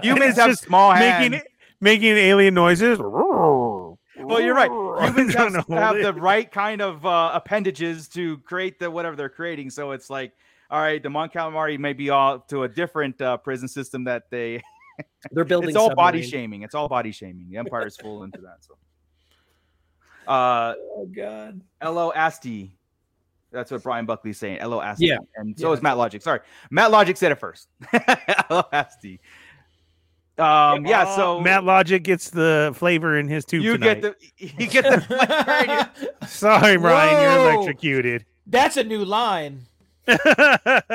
humans It's have just small hands. making it making alien noises. Well, well, you're right. Humans have, have the the right kind of uh, appendages to create the whatever they're creating. So it's like, all right, the Mon Calamari may be all to a different uh, prison system that they. They're building. It's all body submarines. shaming. It's all body shaming. The Empire is full into that. So, uh, Oh God. Lo Asti. E. That's what Brian Buckley's saying. Lo Asti. Yeah. E. And so is Matt Logic. Sorry. Matt Logic said it first. Lo Asti. E. Um, yeah, so Matt Logic gets the flavor in his tube you tonight. get the you get the flavor in your- Sorry, Brian, you're Whoa. electrocuted. That's a new line. Using Brian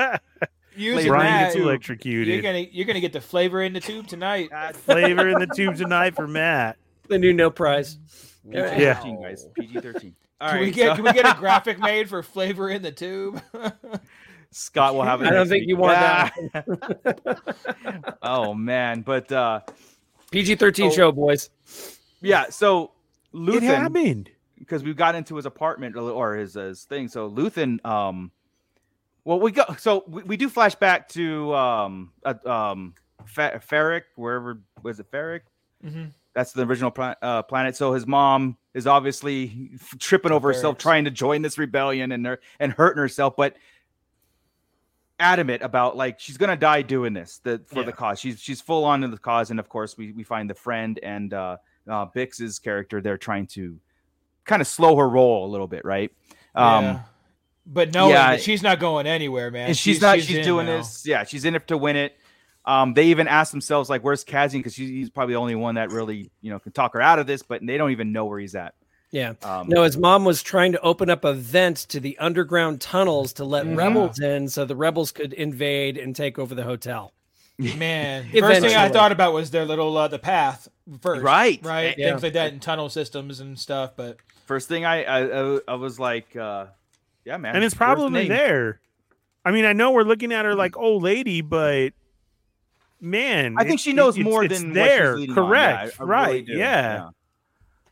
that, gets you're electrocuted. gonna you're gonna get the flavor in the tube tonight. Flavor in the tube tonight for Matt. The new no prize. PG-13, guys. PG-13. All Can right. we get so can we get a graphic made for flavor in the tube? Scott will have it. I next don't think week. you want Yeah. oh man, but uh PG thirteen show, boys. yeah, so It Luthen happened. because we got into his apartment or- or his, his thing. So Luthen, um, well, we go. So we, we do flash back to um, uh, um, Fa- Ferric, wherever was it Ferric? Mhm. That's the original pla- uh, planet. So his mom is obviously f- tripping over herself, Ferric's. trying to join this rebellion and her- and hurting herself, but adamant about like she's gonna die doing this the, for the cause. She's she's full on to the cause, and of course we we find the friend and uh, uh, Bix's character. They're trying to kind of slow her roll a little bit, right? Um, Yeah. But knowing yeah. that she's not going anywhere, man. and she's, not she's, in doing now. this yeah she's in it to win it um they even ask themselves like where's Kazian because he's probably the only one that really you know can talk her out of this but they don't even know where he's at Yeah. um No, his mom was trying to open up a vent to the underground tunnels to let Mm-hmm. Mhm. rebels in, so the rebels could invade and take over the hotel. Man, first Eventually. thing I thought about was their little uh, the path first, Right. Right, Yeah. things like that, and tunnel systems and stuff. But first thing I, I I- I was like uh yeah man And where's it's the probably name? there. I mean, I know we're looking at her like old lady, but man, I think she it- knows it's- more it's than what she's there. leading on. Yeah, I- Correct. I really right. do. yeah.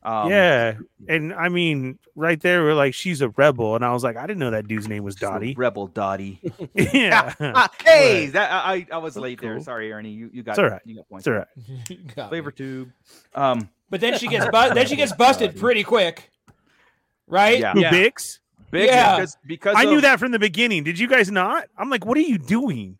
yeah, Um, yeah, and I mean, right there, we're like, she's a rebel, and I was like, I didn't know that dude's name was she's a Dottie. rebel Dottie yeah, Ah, hey Right. that I I I was That's late there cool. sorry Ernie you you got It's all right. you got points it's all right. You got me. flavor tube um But then she gets bu- then she gets busted pretty quick, right? yeah, Who Yeah. Bix? Big Yeah. because because I knew of- that from the beginning. Did you guys not? I'm like, what are you doing?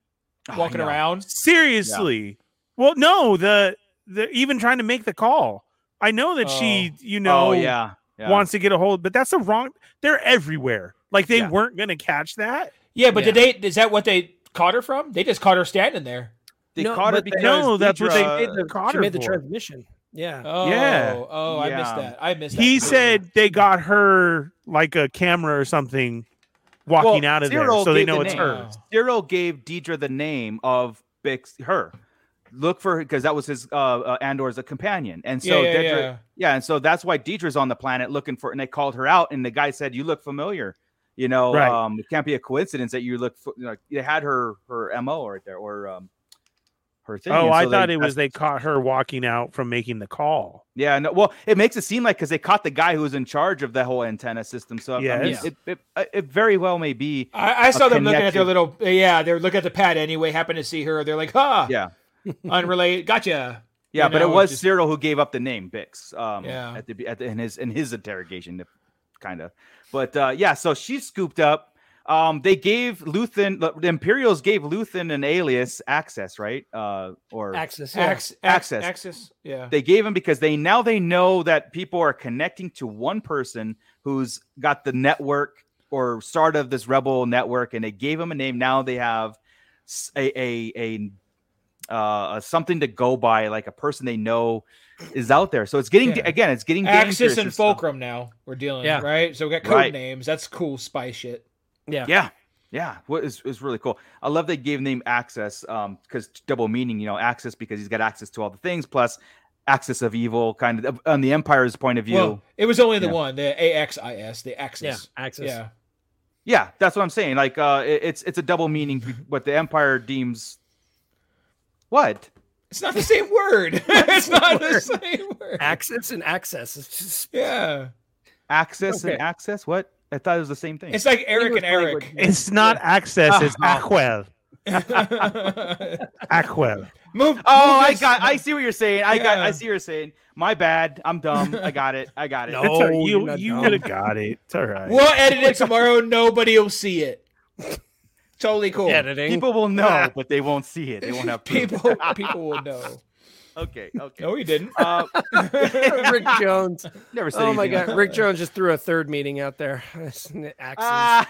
Oh, I Walking know. around. Seriously? Well, no, the the even trying to make the call. I know that she, you know, oh yeah, yeah. wants to get a hold, but that's the wrong. They're everywhere. Like they Yeah. weren't gonna catch that. Yeah, but did they? Is that what they caught her from? They just caught her standing there. They No, caught her but they- because No, that's what they Deidre- did to Cotter she made the for. transmission. Yeah. Uh, Oh, Yeah. Oh, I missed Yeah. that. I missed that. He completely. said they got her like a camera or something walking Well, out of there, Cyril so they gave the know it's name. her. Oh. Cyril gave Deidre the name of Bix her. Look for her because that was his uh, uh Andor's a companion, and Yeah, so yeah, Dedra- yeah. yeah, and so that's why Deidre's on the planet looking for, and they called her out, and the guy said, "You look familiar." You know, Right. um, it can't be a coincidence that you look. f- Like, they had her her mo right there, or um, her thing. Oh, and I so they- thought it that's- was they caught her walking out from making the call. Yeah, no. Well, it makes it seem like because they caught the guy who was in charge of the whole antenna system. So I mean, Yes. it, it, uh, it very well may be. I, I saw them looking at their connection. little. Yeah, they're looking at the pad anyway. Happened to see her. They're like, "Huh, Yeah, unrelated. Gotcha." yeah, You but know, it it's was just- Cyril who gave up the name Bix. Um, Yeah. at the, be- at the, in his in his interrogation, kind of. But uh, yeah, so she scooped up. Um, they gave Luthen the Imperials gave Luthen an alias access, right? Uh, or Access. yeah. Ax- ax- Access. Access. Yeah. they gave him because they now they know that people are connecting to one person who's got the network or start of this rebel network and they gave him a name now they have s- a a, a uh, a something to go by like a person they know is out there so it's getting Yeah. again it's getting Axis dangerous and stuff. Fulcrum now we're dealing, Yeah. right? So we got code Right. names. That's cool spy shit. yeah yeah what is, is really cool i love they gave name access um because double meaning you know access because he's got access to all the things plus access of evil kind of on the empire's point of view Well, it was only the Yeah. one, the AXIS, the Yeah. Axis. Access. Yeah. Yeah, that's what I'm saying. Like, uh, it- it's it's a double meaning. be- What the Empire deems what? It's not the same word. it's not the same word. Access and access. It's just yeah. Access Okay. and access. What? I thought it was the same thing. It's like Eric English and Eric. It's not access. It's Aquel. Aquel. move. oh, move I this- got. I see what you're saying. I got. Yeah. I see what you're saying. My bad. I'm dumb. I got it. I got it. It's all- No, you're you not you dumb. could have got it. It's all right. We'll edit it tomorrow. Nobody will see it. Totally cool. editing. People will know, but they won't see it. They won't have proof. people, people will know. Okay. Okay. No, he didn't. Uh, Rick Jones. never said Oh my anything like God. Rick Jones just threw a third meeting out there. Access. Ah,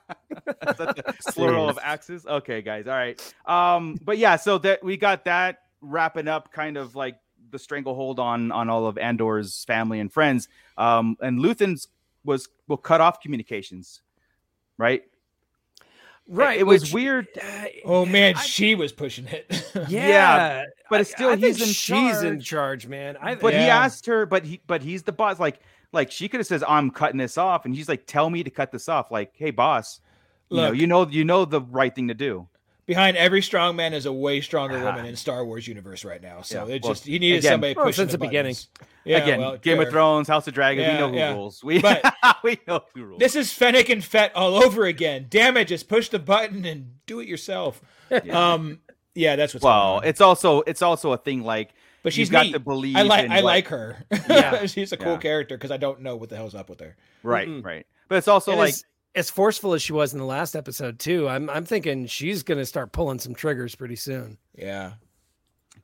That's the plural of axes. Okay, guys. All right. Um, but yeah, so that we got that wrapping up, kind of like the stranglehold on on all of Andor's family and friends. Um, and Luthen's was will cut off communications, right? right. It was which, weird, uh, oh man, she was pushing it. yeah. but it's I- still I think he's in she's in charge. charge, man. I, But he Yeah. asked her, but he but he's the boss. Like like she could have says, "I'm cutting this off," and he's like, "Tell me to cut this off." Like, hey, boss. You know, Look. you know, you know the right thing to do. Behind every strong man is a way stronger woman in Star Wars universe right now. So Ah. Yeah, it well, just he needed again- oh, somebody Well, pushing since the the beginning. buttons. Yeah, Again, well, Game of fair. Thrones, House of Dragons, Yeah, we know who yeah. rules. We, But- we know who rules. This is Fennec and Fett all over again. Damn it, just push the button and do it yourself. Yeah. Um, yeah, that's what's well, going on. it's also it's also a thing like But she's you've got neat. to believe. I like in I what- like her. Yeah. she's a cool Yeah. character because I don't know what the hell's up with her. right, Mhm. right. But it's also And like as, as forceful as she was in the last episode too. I'm I'm thinking she's gonna start pulling some triggers pretty soon. Yeah,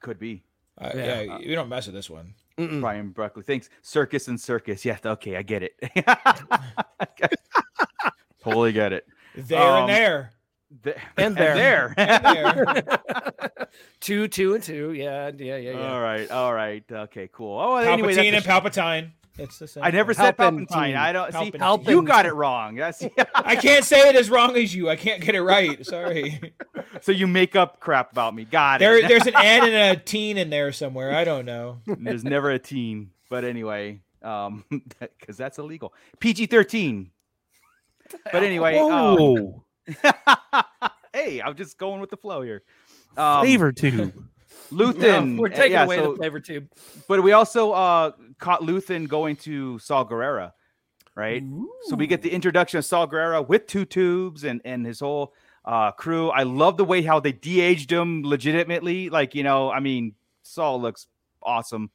could be uh, yeah. Yeah. you don't mess with this one. Mm-mm. Brian Buckley. Thanks, circus and circus. Yeah, okay, I get it. totally get it. There Um, and there. Th- And there. And there. Two, two, and two. Yeah, yeah, yeah, yeah. all right, all right, okay, cool. Oh, anyway, that's Palpatine a and sh- Palpatine. It's the same. I never said Palpatine. Palpatine. I don't see. Palpatine. You got it wrong. That's I can't say it as wrong as you. I can't get it right. Sorry. so you make up crap about me. Got it. There, there's an N and a teen in there somewhere. I don't know. There's never a teen, but anyway, um, because that's illegal. PG thirteen. But anyway, um, Whoa, hey, I'm just going with the flow here. Um, flavor tube. Luthen, No, we're uh, taking yeah, away so- the flavor tube. but we also uh, caught Luthen going to Saul Guerrera, right? So we get the introduction of Saul Guerrera with two tubes and and his whole uh, crew. I love the way how they de-aged him legitimately. Like you know, I mean, Saul looks awesome,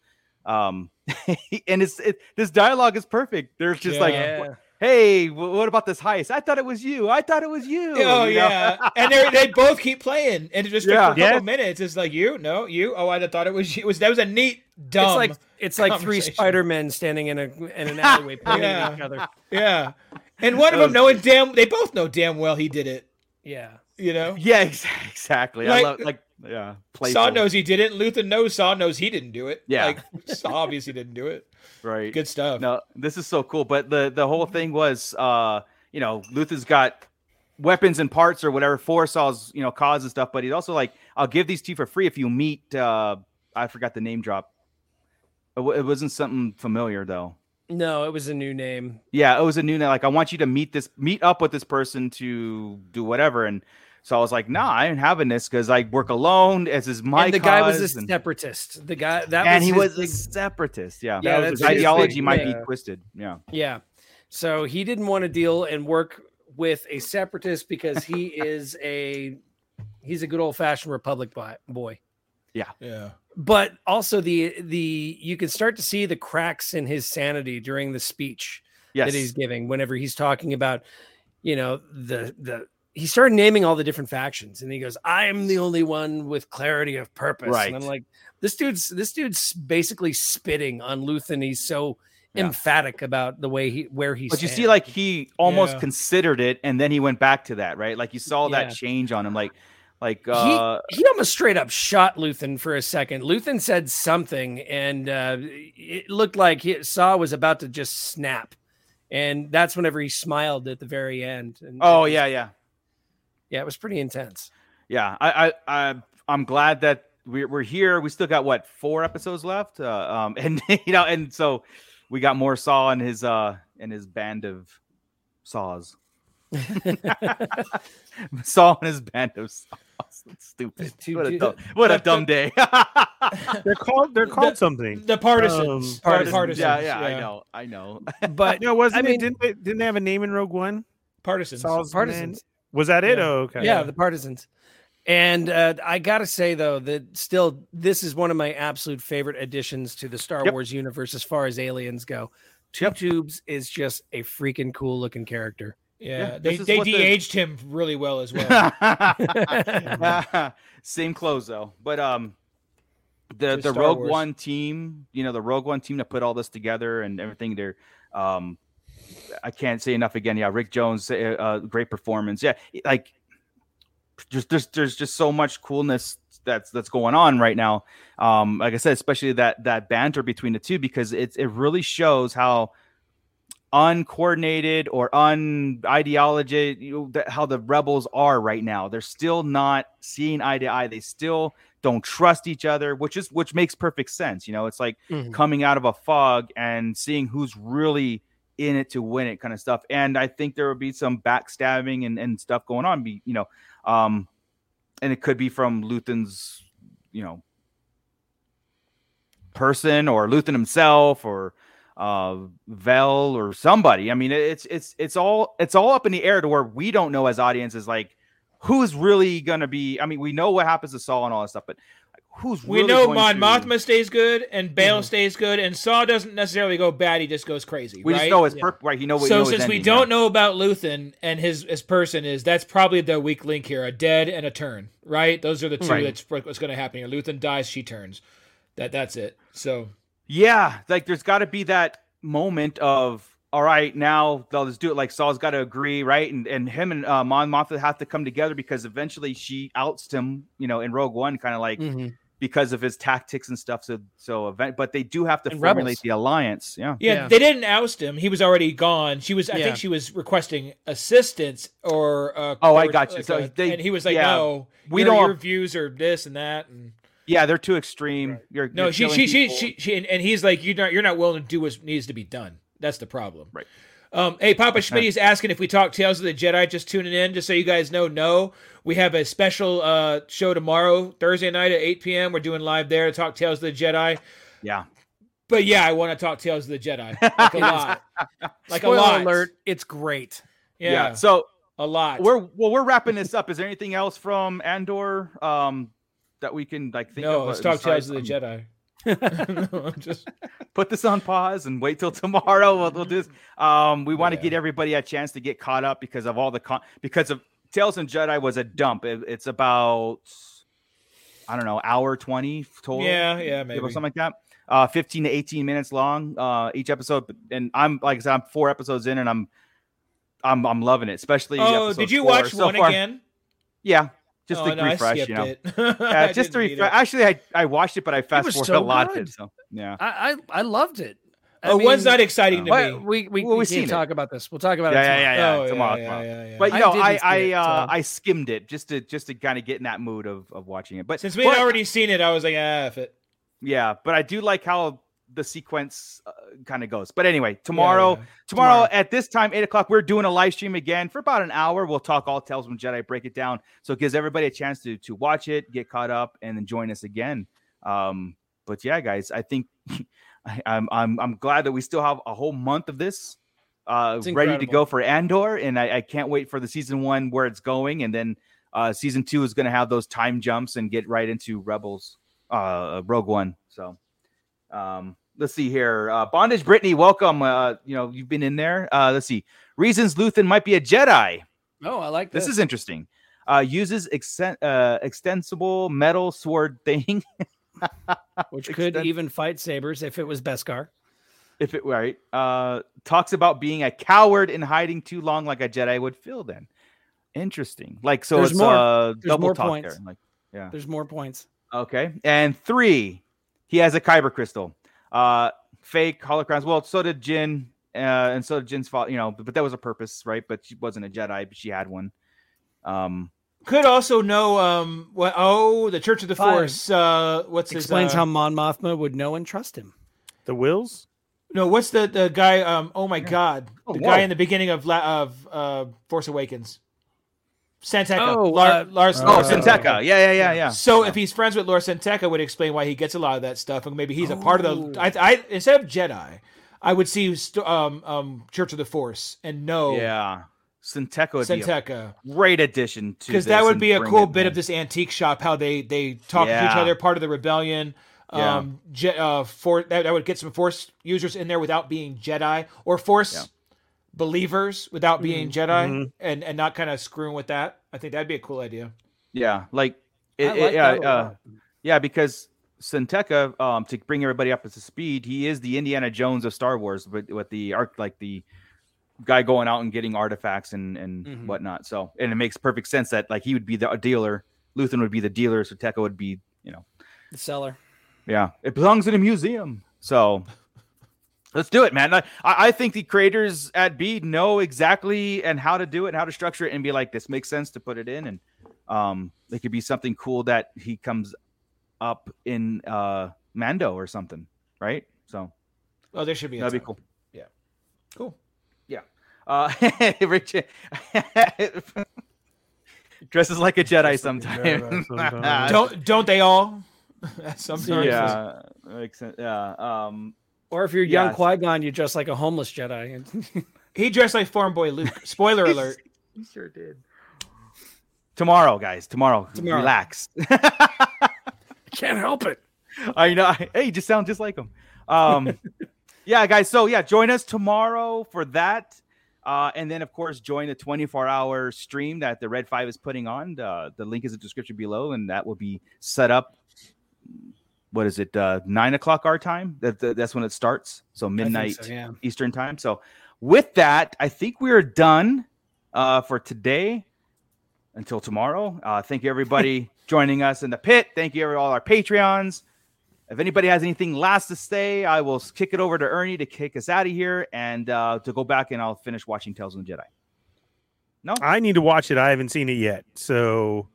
um, and it's it, this dialogue is perfect. They're just like, Yeah. "Hey, wh- what about this heist? I thought it was you. I thought it was Oh you." you know? yeah, and they they both keep playing, and just Yeah. for a couple minutes, it's like you, no, you. Oh, I thought it was you. It was that was a neat dumb. It's like it's like three conversation. Spider Men standing in a in an alleyway pointing at each other. yeah, and one Oh. of them knowing damn, they both know damn well he did it. Yeah. You know, yeah, ex- exactly. Like- I love like yeah, Saw playful, knows he did it. Luther knows Saw knows he didn't do it. Yeah. like Saw obviously didn't do it. right? Good stuff. No, this is so cool. But the the whole thing was, uh, you know, Luther's got weapons and parts or whatever for Saw's you know cause and stuff. But he's also like, I'll give these to you for free if you meet. uh I forgot the name drop. It, wa- it wasn't something familiar though. No, it was a new name. Yeah, it was a new like I want you to meet this meet up with this person to do whatever. And so I was like, nah, I ain't having this because I work alone. As is my and the guy was a cause, and, separatist. The guy that and he was was his a big- separatist. Yeah, Yeah, his that's his ideology big might thing. be twisted. Yeah. Yeah. So he didn't want to deal and work with a separatist because he is a he's a good old fashioned republic bi- boy. Yeah. But also the the you can start to see the cracks in his sanity during the speech Yes. that he's giving whenever he's talking about you know the the he started naming all the different factions and he goes I am the only one with clarity of purpose Right. and I'm like this dude's this dude's basically spitting on Luthen he's so Yeah. emphatic about the way he where he but you see, stands. like he almost Yeah. considered it, and then he went back to that, right? Like you saw Yeah. that change on him, like, like, uh, he almost straight up shot Luthen for a second. Luthen said something, and uh, it looked like he, Saw was about to just snap. And that's whenever he smiled at the very end. And oh it was- yeah, yeah, yeah, it was pretty intense. yeah. I, I, I I'm glad that we're we're here. We still got what four episodes left, uh, um, and you know, and so we got more Saw and his uh and his band of saws. Saw and his band of saws. That's stupid. Two- What a two- dumb, what a the- dumb day. They're called they're called something. The partisans. Um, Partisans. Partisans, yeah, yeah, I know, I know. But No, wasn't I it? mean- Didn't they, didn't they have a name in Rogue One? Partisans. Saul's men? partisans, Was that it? Yeah. Oh, okay. yeah, the partisans. And uh, I gotta say though that still this is one of my absolute favorite additions to the Star Yep. Wars universe as far as aliens go. Two Tubes is just a freaking cool looking character. Yeah. Yeah, they this is they what the- de-aged him really well as well. mm-hmm. Same clothes though. But um the Just the Star Rogue Wars. One team, you know, the Rogue One team that put all this together and everything they're um I can't say enough again. Yeah, Rick Jones, uh, uh, great performance. Yeah, like there's, there's there's just so much coolness that's that's going on right now. Um, like I said, especially that that banter between the two because it's it really shows how uncoordinated or unideology you know, that- how the rebels are right now. They're still not seeing eye to eye. They still don't trust each other, which is which makes perfect sense. You know, it's like Mm-hmm. Mhm. coming out of a fog and seeing who's really in it to win it kind of stuff. And I think there would be some backstabbing and, and stuff going on. Be you know, um, and it could be from Luthen's, you know, person or Luthen himself or uh Vel or somebody. I mean, it's it's it's all it's all up in the air to where we don't know as audiences like who's really gonna be. I mean, we know what happens to Saul and all that stuff, but who's We really know going Mon to- Mm-hmm. Mothma stays good and Bale stays good and Saw doesn't necessarily go bad. He just goes crazy. We right? just know his purp right. He know what. so know his since we ending, yeah. don't know about Luthen and his his person is that's probably the weak link here a dead and a turn right those are the two Right. that's what- what's going to happen here Luthen dies she turns that that's it so Yeah, like there's got to be that moment of all right, now they'll just do it. Like Saul's got to agree, right? And and him and uh, Mon Mothma have to come together because eventually she outs him, you know, in Rogue One, kind of like Mm. because of his tactics and stuff. So so event, but they do have to And formulate Rebels. the alliance. Yeah, yeah, Yeah. they didn't oust him he was already gone she was I Yeah. think she was requesting assistance or uh, Oh, I or- got you. So a- they- and he was like yeah. no We we your, don't- don't your views are this and that and yeah, they're too extreme. You're no you're she killing she, she people. she she and, and he's like you're not you're not willing to do what needs to be done that's the problem Right. um, hey, Papa Schmidt is asking if we talk Tales of the Jedi. Just tuning in, just so you guys know. No, we have a special uh, show tomorrow, Thursday night at 8 p.m. We're doing live there to talk Tales of the Jedi. yeah. But yeah, I want to talk Tales of the Jedi like a lot, like Spoiler a lot. alert, it's great. Yeah, So a lot. we're well, we're wrapping this up. Is there anything else from Andor um that we can like think no, of? let's uh, talk Tales besides- of the um, Jedi. no, I'm just put this on pause and wait till tomorrow. We'll, we'll do this. Um, we want to Mm-hmm. Yeah. get everybody a chance to get caught up because of all the con- because of Tales and Jedi was a dump. It- it's about I don't know hour twenty total. yeah, yeah, give maybe. or something like that. Uh, 15 to 18 minutes long uh, each episode, but- and I'm like I said, I'm four episodes in, and I'm I'm I'm loving it. Especially oh, episode did you four. watch So one far- again? Yeah, just oh, to no, I refresh, skipped you know. it. Yeah, I just didn't to need it. refresh. Actually, I I watched it, but I fast was forwarded a so lot of good. it. So yeah, I I, I loved it. I Oh, one's mean, not exciting to Well, me. We we, Well, we we've can't seen it. talk about this. We'll talk about Yeah, it. yeah, yeah, tomorrow. yeah. oh, tomorrow, yeah, tomorrow. yeah, yeah, yeah. But I you know, didn't I see I it, uh, so- I skimmed it just to just to kind of get in that mood of, of watching it. But Since we but, had already seen it, I was like, ah, F it. yeah, but I do like how the sequence uh, kind of goes. But anyway, tomorrow, yeah. tomorrow Tomorrow. at this time, eight o'clock, we're doing a live stream again for about an hour. We'll talk all tales from Jedi, break it down, so it gives everybody a chance to to watch it, get caught up, and then join us again. Um, but yeah, guys, I think I, I'm I'm I'm glad that we still have a whole month of this uh, It's ready to incredible. go for Andor, and I, I can't wait for the season one where it's going, and then uh, season two is going to have those time jumps and get right into Rebels, uh, Rogue One. So um, let's see here, uh, Bondage Brittany, welcome. Uh, you know you've been in there. Uh, let's see, reasons Luthen might be a Jedi. No, Oh, I like This is interesting. Uh, uses exten- uh, extensible metal sword thing. which could extent- even fight sabers if it was Beskar. if it right uh talks about being a coward and hiding too long like a jedi would feel then interesting like so There's it's more. uh There's double more talk points. there like There's more points. okay and three he has a kyber crystal uh fake holograms well so did jin uh and so did jin's fault you know but, but that was a purpose right but she wasn't a jedi but she had one um Could also know um what oh the Church of the Five. Force uh what's his, Explains uh, how Mon Mothma would know and trust him. The Wills? no what's the the guy um oh my god Oh, the whoa. guy in the beginning of La- of uh Force Awakens Santeca Oh, Lar- uh, Lars oh Lars Sinteca. yeah yeah yeah yeah So if he's friends with Lord Santeca, would explain why he gets a lot of that stuff, and maybe he's a part of the. I, I instead of Jedi, I would see st- um um Church of the Force and know yeah Sinteca would be a Santeca great addition to because that this would and be a bring cool it bit in. of this antique shop how they they talk to each Yeah. other, part of the rebellion. Yeah. Um, Je- uh, for that, that would get some Force users in there without being Jedi or Force Yeah. Mm-hmm. believers without being Jedi, Mhm. and and not kind of screwing with that. I think that'd be a cool idea. Yeah, like, it, I it- like yeah, that a uh, lot. yeah, because Senteca, um, to bring everybody up to speed, he is the Indiana Jones of Star Wars, but with the arc, like the guy going out and getting artifacts and and Mhm. whatnot. So, and it makes perfect sense that like he would be the dealer, Luthen would be the dealer, Senteca would be, you know, The seller. yeah, it belongs in a museum. So. Let's do it, man. I, I I think the creators at B know exactly and how to do it and how to structure it and be like, this makes sense to put it in. And um, it could be something cool that he comes up in uh, Mando or something, right? So Oh, there should be. A that'd be time. cool. Yeah. Cool. Yeah. Uh, Richard dresses like a Jedi sometimes. sometimes. Don't don't they all? Sometimes. yeah. Makes sense. Yeah. Um, Or if you're young Yes. Qui Gon, you dress like a homeless Jedi. And He dressed like farm boy Luke. Spoiler alert. He sure did. Tomorrow, guys. Tomorrow. Tomorrow. Relax. Can't help it. I know. Hey, you just sound just like him. Um, yeah, guys. So yeah, join us tomorrow for that. Uh, and then of course join the 24 hour stream that the Red Five is putting on. Uh, the link is in the description below, and that will be set up. What is it? Uh, nine o'clock our time. That, that- that's when it starts. So midnight yeah. Eastern time. So with that, I think we are done uh, for today. Until tomorrow, uh, thank you everybody joining us in the pit. Thank you every- all our Patreons. If anybody has anything last to say, I will s- kick it over to Ernie to kick us out of here and uh, to go back and I'll finish watching Tales of the Jedi. I need to watch it. I haven't seen it yet. So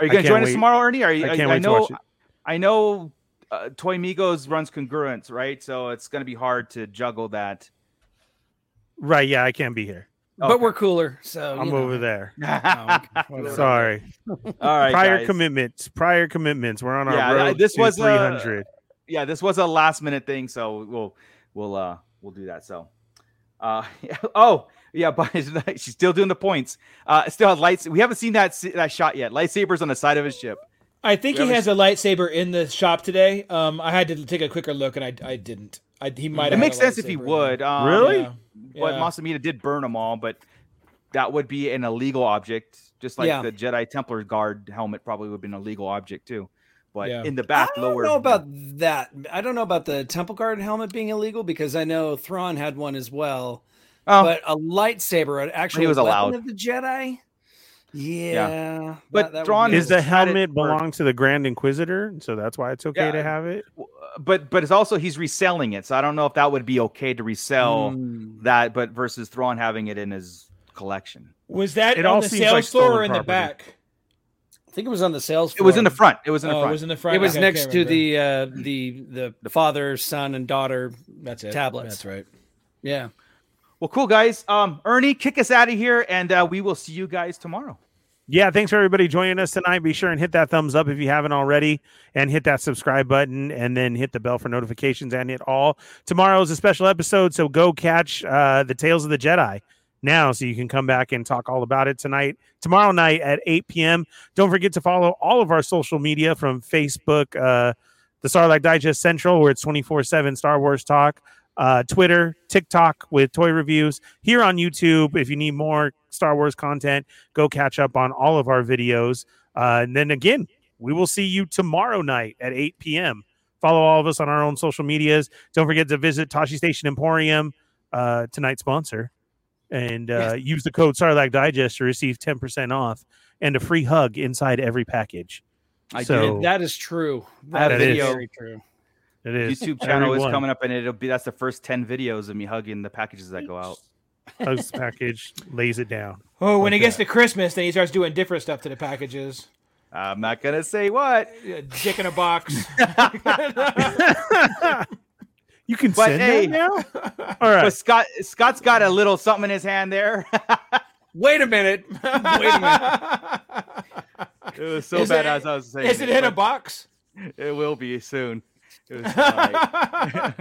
Are you going I can't to join us wait. tomorrow, Ernie? Are I you, can't wait know, to watch it. I know uh, Toy Migos runs congruence, right? So it's going to be hard to juggle that. Right. Yeah, I can't be here. But we're cooler. So I'm you know. over there. Whatever. Sorry. All right, prior guys. commitments. Prior commitments. We're on our Yeah, I- road. this to was, uh, 300. yeah, this was a last minute thing, so we'll we'll uh we'll do that. So uh oh yeah, but she's still doing the points. Uh still has lights. We haven't seen that s- that shot yet. Lightsabers on the side of his ship. I think We he has a lightsaber in the shop today. Um, I had to take a quicker look, and I, I didn't. I, he might. Mm-hmm. It have makes had a sense if he lightsaber in would. Um, there. Really? Yeah. But Yeah. Masamita did burn them all, but that would be an illegal object, just like Yeah. the Jedi Templar guard helmet probably would have been a legal object too. But Yeah. in the I back don't lower know about that. I don't know about the Temple Guard helmet being illegal because I know Thrawn had one as well. Oh. But a lightsaber, an actual was weapon allowed. of the Jedi. Yeah, But that would Thrawn be Is Just had the it helmet for- belong to the Grand Inquisitor? So that's why it's okay Yeah. to have it. w- but but it's also he's reselling it, so I don't know if that would be okay to resell Hmm. that. But versus Thrawn having it in his collection, Was that It all on the seems sales like stolen floor or in the property. back? I think it was on the sales. it was in the floor. front. It was in the oh, it front. was in the front. It was Okay, I next can't to remember. the uh, the the the father, son, and daughter. That's it. tablets. That's right. Yeah. well, cool guys. Um, Ernie, kick us out of here, and uh, we will see you guys tomorrow. Yeah, thanks for everybody joining us tonight. Be sure and hit that thumbs up if you haven't already, and hit that subscribe button, and then hit the bell for notifications and hit all. Tomorrow is a special episode, so go catch uh, the Tales of the Jedi now, so you can come back and talk all about it tonight. Tomorrow night at 8 p.m. Don't forget to follow all of our social media from Facebook, uh, the Starlight Digest Central, where it's 24 7 Star Wars talk, uh, Twitter, TikTok with toy reviews, here on YouTube if you need more Star Wars content go catch up on all of our videos. Uh, and then again, we will see you tomorrow night at 8 p.m. Follow all of us on our own social medias. Don't forget to visit Tashi Station Emporium, uh, tonight's sponsor, and uh, use the code Sarlacc Digest to receive 10% off and a free hug inside every package. I So- And that is true. I have That a is video. very true. It is YouTube channel is Everyone. coming up, and it'll be that's the first ten videos of me hugging the packages that go out. Hugs the package, lays it down. Oh, when it Okay. gets to Christmas, then he starts doing different stuff to the packages. I'm not gonna say what, Yeah, dick in a box. You can But send hey- that now. All right. but Scott Scott's got a little something in his hand there. Wait a minute. Wait a minute. it was so Is bad it- as I was saying. Is it in a but box? It will be soon. It was, all right.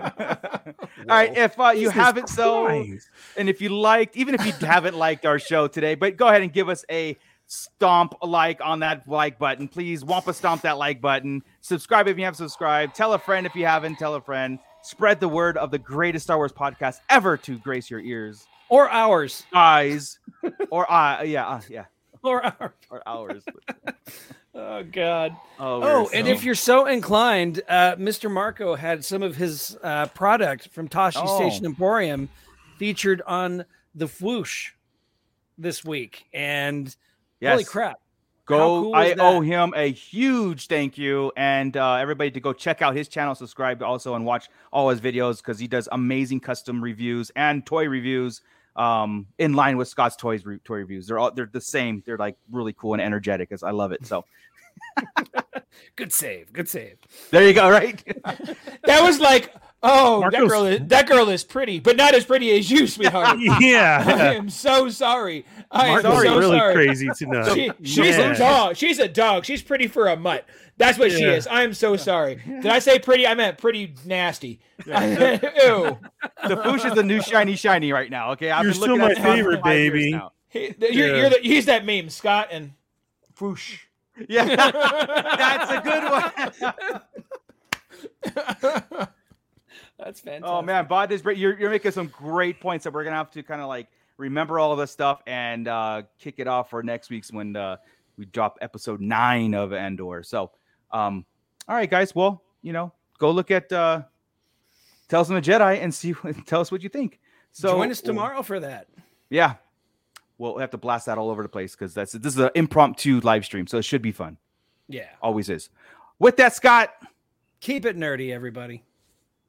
all right. If uh, you Jesus haven't so, Christ. and if you liked, even if you haven't liked our show today, but go ahead and give us a stomp like on that like button, please. Wampa stomp that like button. Subscribe if you haven't subscribed. Tell a friend if you haven't. Tell a friend. Spread the word of the greatest Star Wars podcast ever to grace your ears, Or ours. eyes, or uh, yeah, uh, yeah, Or ours. or ours. Oh God. Oh, Oh, and if you're so inclined, uh, Mr. Marco had some of his uh, product from Tashi Oh. Station Emporium featured on the Whoosh this week, and yes. holy crap! How Go! cool I is owe that? him a huge thank you, and uh, everybody to go check out his channel, subscribe also, and watch all his videos because he does amazing custom reviews and toy reviews. Um, in line with Scott's toys re- toy reviews, they're all they're the same. They're like really cool and energetic. As I love it. So Good save. Good save. there you go. Right? That was like, oh, that Marco's- girl, is, that girl is pretty, but not as pretty as you, sweetheart. I yeah. am so sorry. I am Marco's so really sorry. crazy tonight. She, she's Yeah. a dog. She's a dog. She's pretty for a mutt. That's what she Yeah. is. I am so sorry. Did I say pretty? I meant pretty nasty. Ew. the Foosh is the new shiny shiny right now. Okay, I've You're been still looking my at Scott for favorite, five years baby. now. He, the, you're, Yeah. you're the, he's that meme, Scott and Foosh. Yeah, that's a good one. That's fantastic. Oh man, Bod is great. You're, you're making some great points that we're gonna have to kind of like remember all this stuff and uh, kick it off for next week's when uh, we drop episode nine of Andor. So, um, all right, guys. Well, you know, go look at uh, Tales of the Jedi and see what, tell us what you think. So Join us tomorrow for that. Yeah, well, we have to blast that all over the place because that's this is an impromptu live stream, so it should be fun. Yeah. Always is. With that, Scott. Keep it nerdy, everybody.